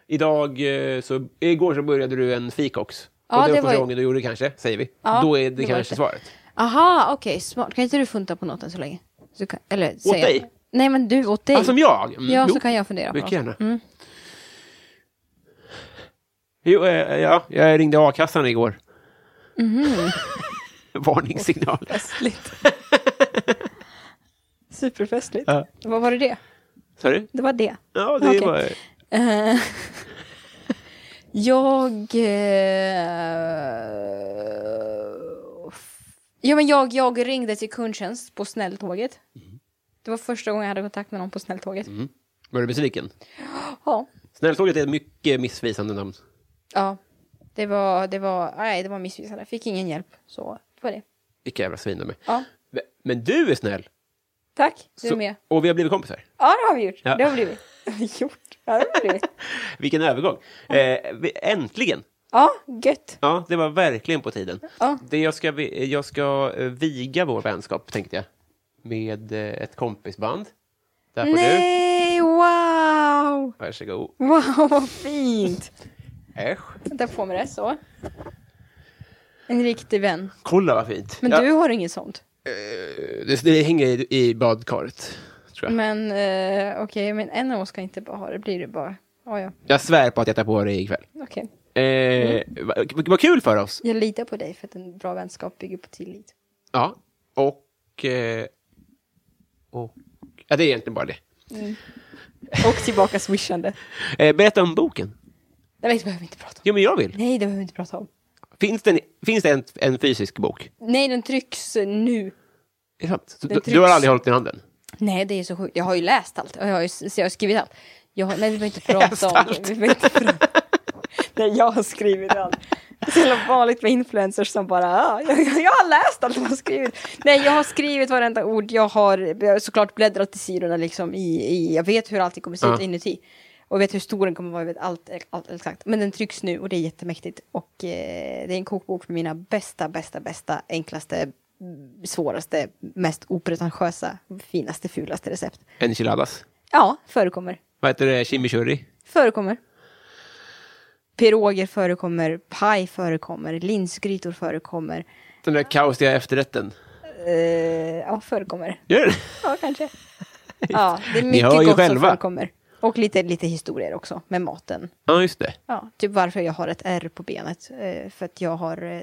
A: Idag, eh, så, igår så började du en fikox.
B: Ja,
A: och det
B: det
A: var
B: var
A: första
B: ju-
A: gången du gjorde det kanske, säger vi.
B: Ja,
A: Då är det,
B: det var
A: kanske
B: det.
A: svaret.
B: Aha, okej, smart. Kan inte du funta på något än så länge? Så kan, eller, åt
A: dig?
B: Nej, men du, åt dig.
A: Ah, som jag? Mm,
B: Ja, Mm.
A: jo.
B: så kan jag fundera på
A: Mycket
B: något.
A: gärna. Jo, eh, ja, jag ringde a-kassan igår.
B: Mhm.
A: Varningssignal.
B: Festligt. Superfestligt.
A: Ja.
B: Vad var det det?
A: Sa du?
B: Det var det.
A: Ja, det
B: Okej.
A: var...
B: Eh, jag... eh, f- ja, men jag, jag ringde till kundtjänst på snälltåget.
A: Mm.
B: Det var första gången jag hade kontakt med någon på snälltåget.
A: Var du besviken?
B: Ja.
A: Snälltåget är ett mycket missvisande namn.
B: Ja, det var, det var, nej, det var missvisande. Jag Fick ingen hjälp. Så det var det.
A: Vilka jävla svin de är.
B: Ja,
A: Men- Men du är snäll.
B: tack. Du
A: Så-
B: är med.
A: Och vi har blivit kompisar.
B: Ja, det har vi gjort.
A: Ja.
B: Det har vi blivit. gjort. Ja, det har vi blivit.
A: Vilken övergång. Eh, vi- äntligen.
B: Ja, gött.
A: Ja, det var verkligen på tiden.
B: Ja.
A: Det jag, ska, vi- jag ska eh, viga vår vänskap, tänkte jag, med eh, ett kompisband. Där får du.
B: Nej, wow!
A: Varsågod.
B: Wow, vad fint!
A: Äsch.
B: Sätta på mig det så. En riktig vän.
A: Kolla vad fint.
B: Men
A: Ja,
B: du har inget sånt?
A: eh, det, det hänger i, i badkaret, tror jag.
B: Men eh, okej, men en av oss ska inte bara ha det, blir det bara. ah, Ja, ja,
A: Jag svär på att jag tar på dig ikväll.
B: okej.
A: Eh, va- Vad kul för oss!
B: Jag litar på dig för att en bra vänskap bygger på tillit.
A: Ja, och... Eh, och ja, det är egentligen bara det.
B: Och tillbaka swishande.
A: Eh, berätta om boken.
B: Nej, men det behöver vi inte prata om.
A: Jo, men jag vill.
B: Nej, det behöver vi inte prata om.
A: Finns det en, finns det en, en fysisk bok?
B: Nej, den trycks nu.
A: Det är sant. Så
B: Den
A: Du, du har
B: trycks.
A: aldrig hållit den i handen?
B: Nej, det är så sjukt. Jag har ju läst allt. Och jag har ju så jag har skrivit allt. Jag har, nej, vi behöver inte prata om det. Vi behöver inte prata. Nej, jag har skrivit allt. Det är så jävla vanligt med influencers som bara, ah, jag, jag har läst allt de har skrivit. Nej, jag har skrivit varenda ord. Jag har, jag har såklart bläddrat i sidorna liksom. I, i, jag vet hur allting kommer se ut
A: Ja.
B: inuti. Och jag vet hur stor den kommer vara, jag vet allt, allt exakt. Men den trycks nu och det är jättemäktigt. Och eh, det är en kokbok med mina bästa, bästa, bästa, enklaste, mm, svåraste, mest opretentiösa, finaste, fulaste recept.
A: Enchiladas?
B: Ja, förekommer.
A: Vad heter det? Chimichurri?
B: Förekommer. Piroger förekommer, paj förekommer, linsgrytor förekommer.
A: Den där kaosiga efterrätten?
B: Eh, ja, förekommer.
A: Gör den?
B: Ja, kanske. Ja, det är
A: Ni
B: mycket
A: hör ju
B: gott som
A: själva.
B: förekommer. Och lite, lite historier också med maten.
A: Ja, just det.
B: Ja, typ varför jag har ett R på benet. Eh, för att jag har, eh,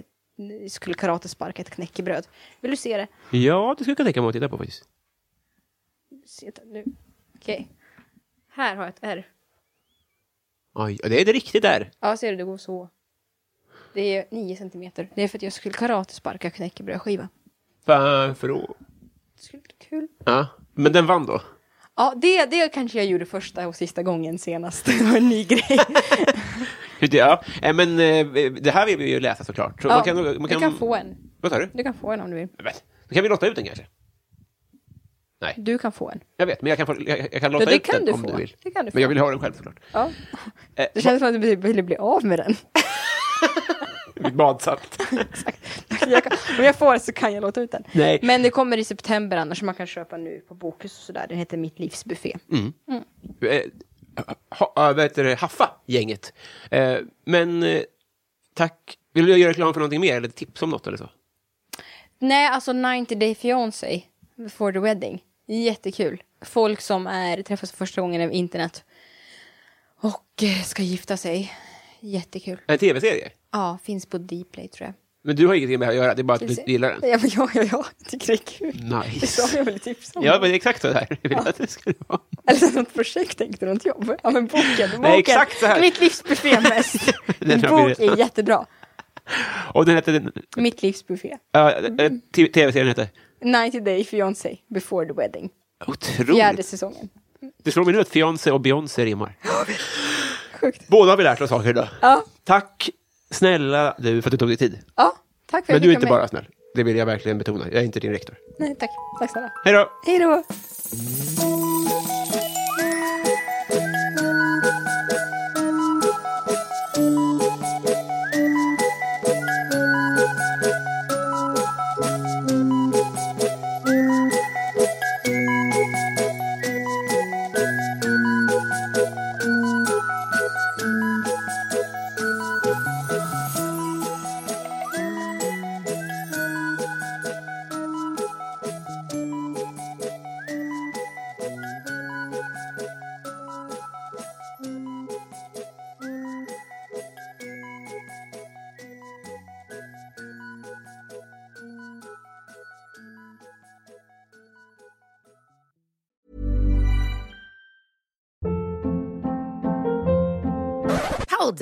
B: skulle karatesparka ett knäckebröd. Vill du se det?
A: Ja, det skulle jag kunna tänka mig att titta på faktiskt.
B: Se det nu. Okej. Här har jag ett R.
A: Oj, ja, det är det riktigt där.
B: Ja, ser du, det går så. Det är nio centimeter. Det är för att jag skulle karatesparka knäckebrödskiva.
A: Varför då?
B: Det skulle bli kul.
A: Ja, men den vann då?
B: Ja, det, det kanske jag gjorde första och sista gången senast. Det var en ny grej.
A: Ja, eh, men eh, det här vill vi ju läsa såklart. Så
B: Ja,
A: man kan, man
B: Du kan få en.
A: Vad sa du?
B: Du kan få en om du vill.
A: Men, då kan vi lotta ut den kanske?
B: Du kan få en.
A: Jag vet, men jag kan, få, jag, jag kan
B: Ja,
A: lotta
B: det
A: ut
B: kan
A: den
B: du
A: om
B: få.
A: du vill.
B: Det kan du
A: men jag
B: få.
A: vill ha den själv såklart.
B: Ja.
A: Eh,
B: Det känns som att du ville bli av med den.
A: Mitt badsalt.
B: Jag kan, om jag får så kan jag låta ut den.
A: Nej.
B: Men det kommer i september annars, man kan köpa nu på Bokus och sådär. Den heter Mitt livs buffé.
A: Mm. Eh, ha, ha, vad heter det? Haffa gänget. Eh, men eh, tack. Vill du göra reklam för någonting mer eller tips om något eller så?
B: Nej, alltså 90 Day Fiancé, Before the Wedding. Jättekul. Folk som är, träffas för första gången över internet och eh, ska gifta sig. Jättekul.
A: En tv-serie?
B: Ja, finns på Dplay tror jag.
A: Men du har ingenting med det att göra, det är bara att du gillar den.
B: Ja, men ja, ja, ja, jag tycker det är kul. Det
A: Nice.
B: sa jag väl i tips om.
A: Ja, men det är exakt så här jag ville att det skulle vara.
B: Eller något projekt tänkte du, något jobb. Ja, men boken. boken.
A: exakt så här.
B: Mitt livs buffé mest.
A: Den har
B: Bok
A: blivit-
B: är jättebra.
A: Och den hette... den-
B: Mitt livs buffé.
A: ja, eh,
B: Mm.
A: t- tv-serien hette?
B: 90 Day Fiancé, Before the Wedding. Fjärde
A: Otroligt.
B: säsongen.
A: Det slår mig nu att Fiancé och Beyoncé rimmar.
B: Sjukt.
A: Båda har vi lärt oss saker idag.
B: Ja,
A: Tack snälla du för att du tog dig tid.
B: ja. Tack för att
A: Men
B: jag
A: du är
B: fick
A: inte
B: vara
A: bara snäll. Det vill jag verkligen betona. Jag är inte din rektor.
B: med. Nej, tack. Tack snälla.
A: Hej då!
B: Hej då.
H: Hold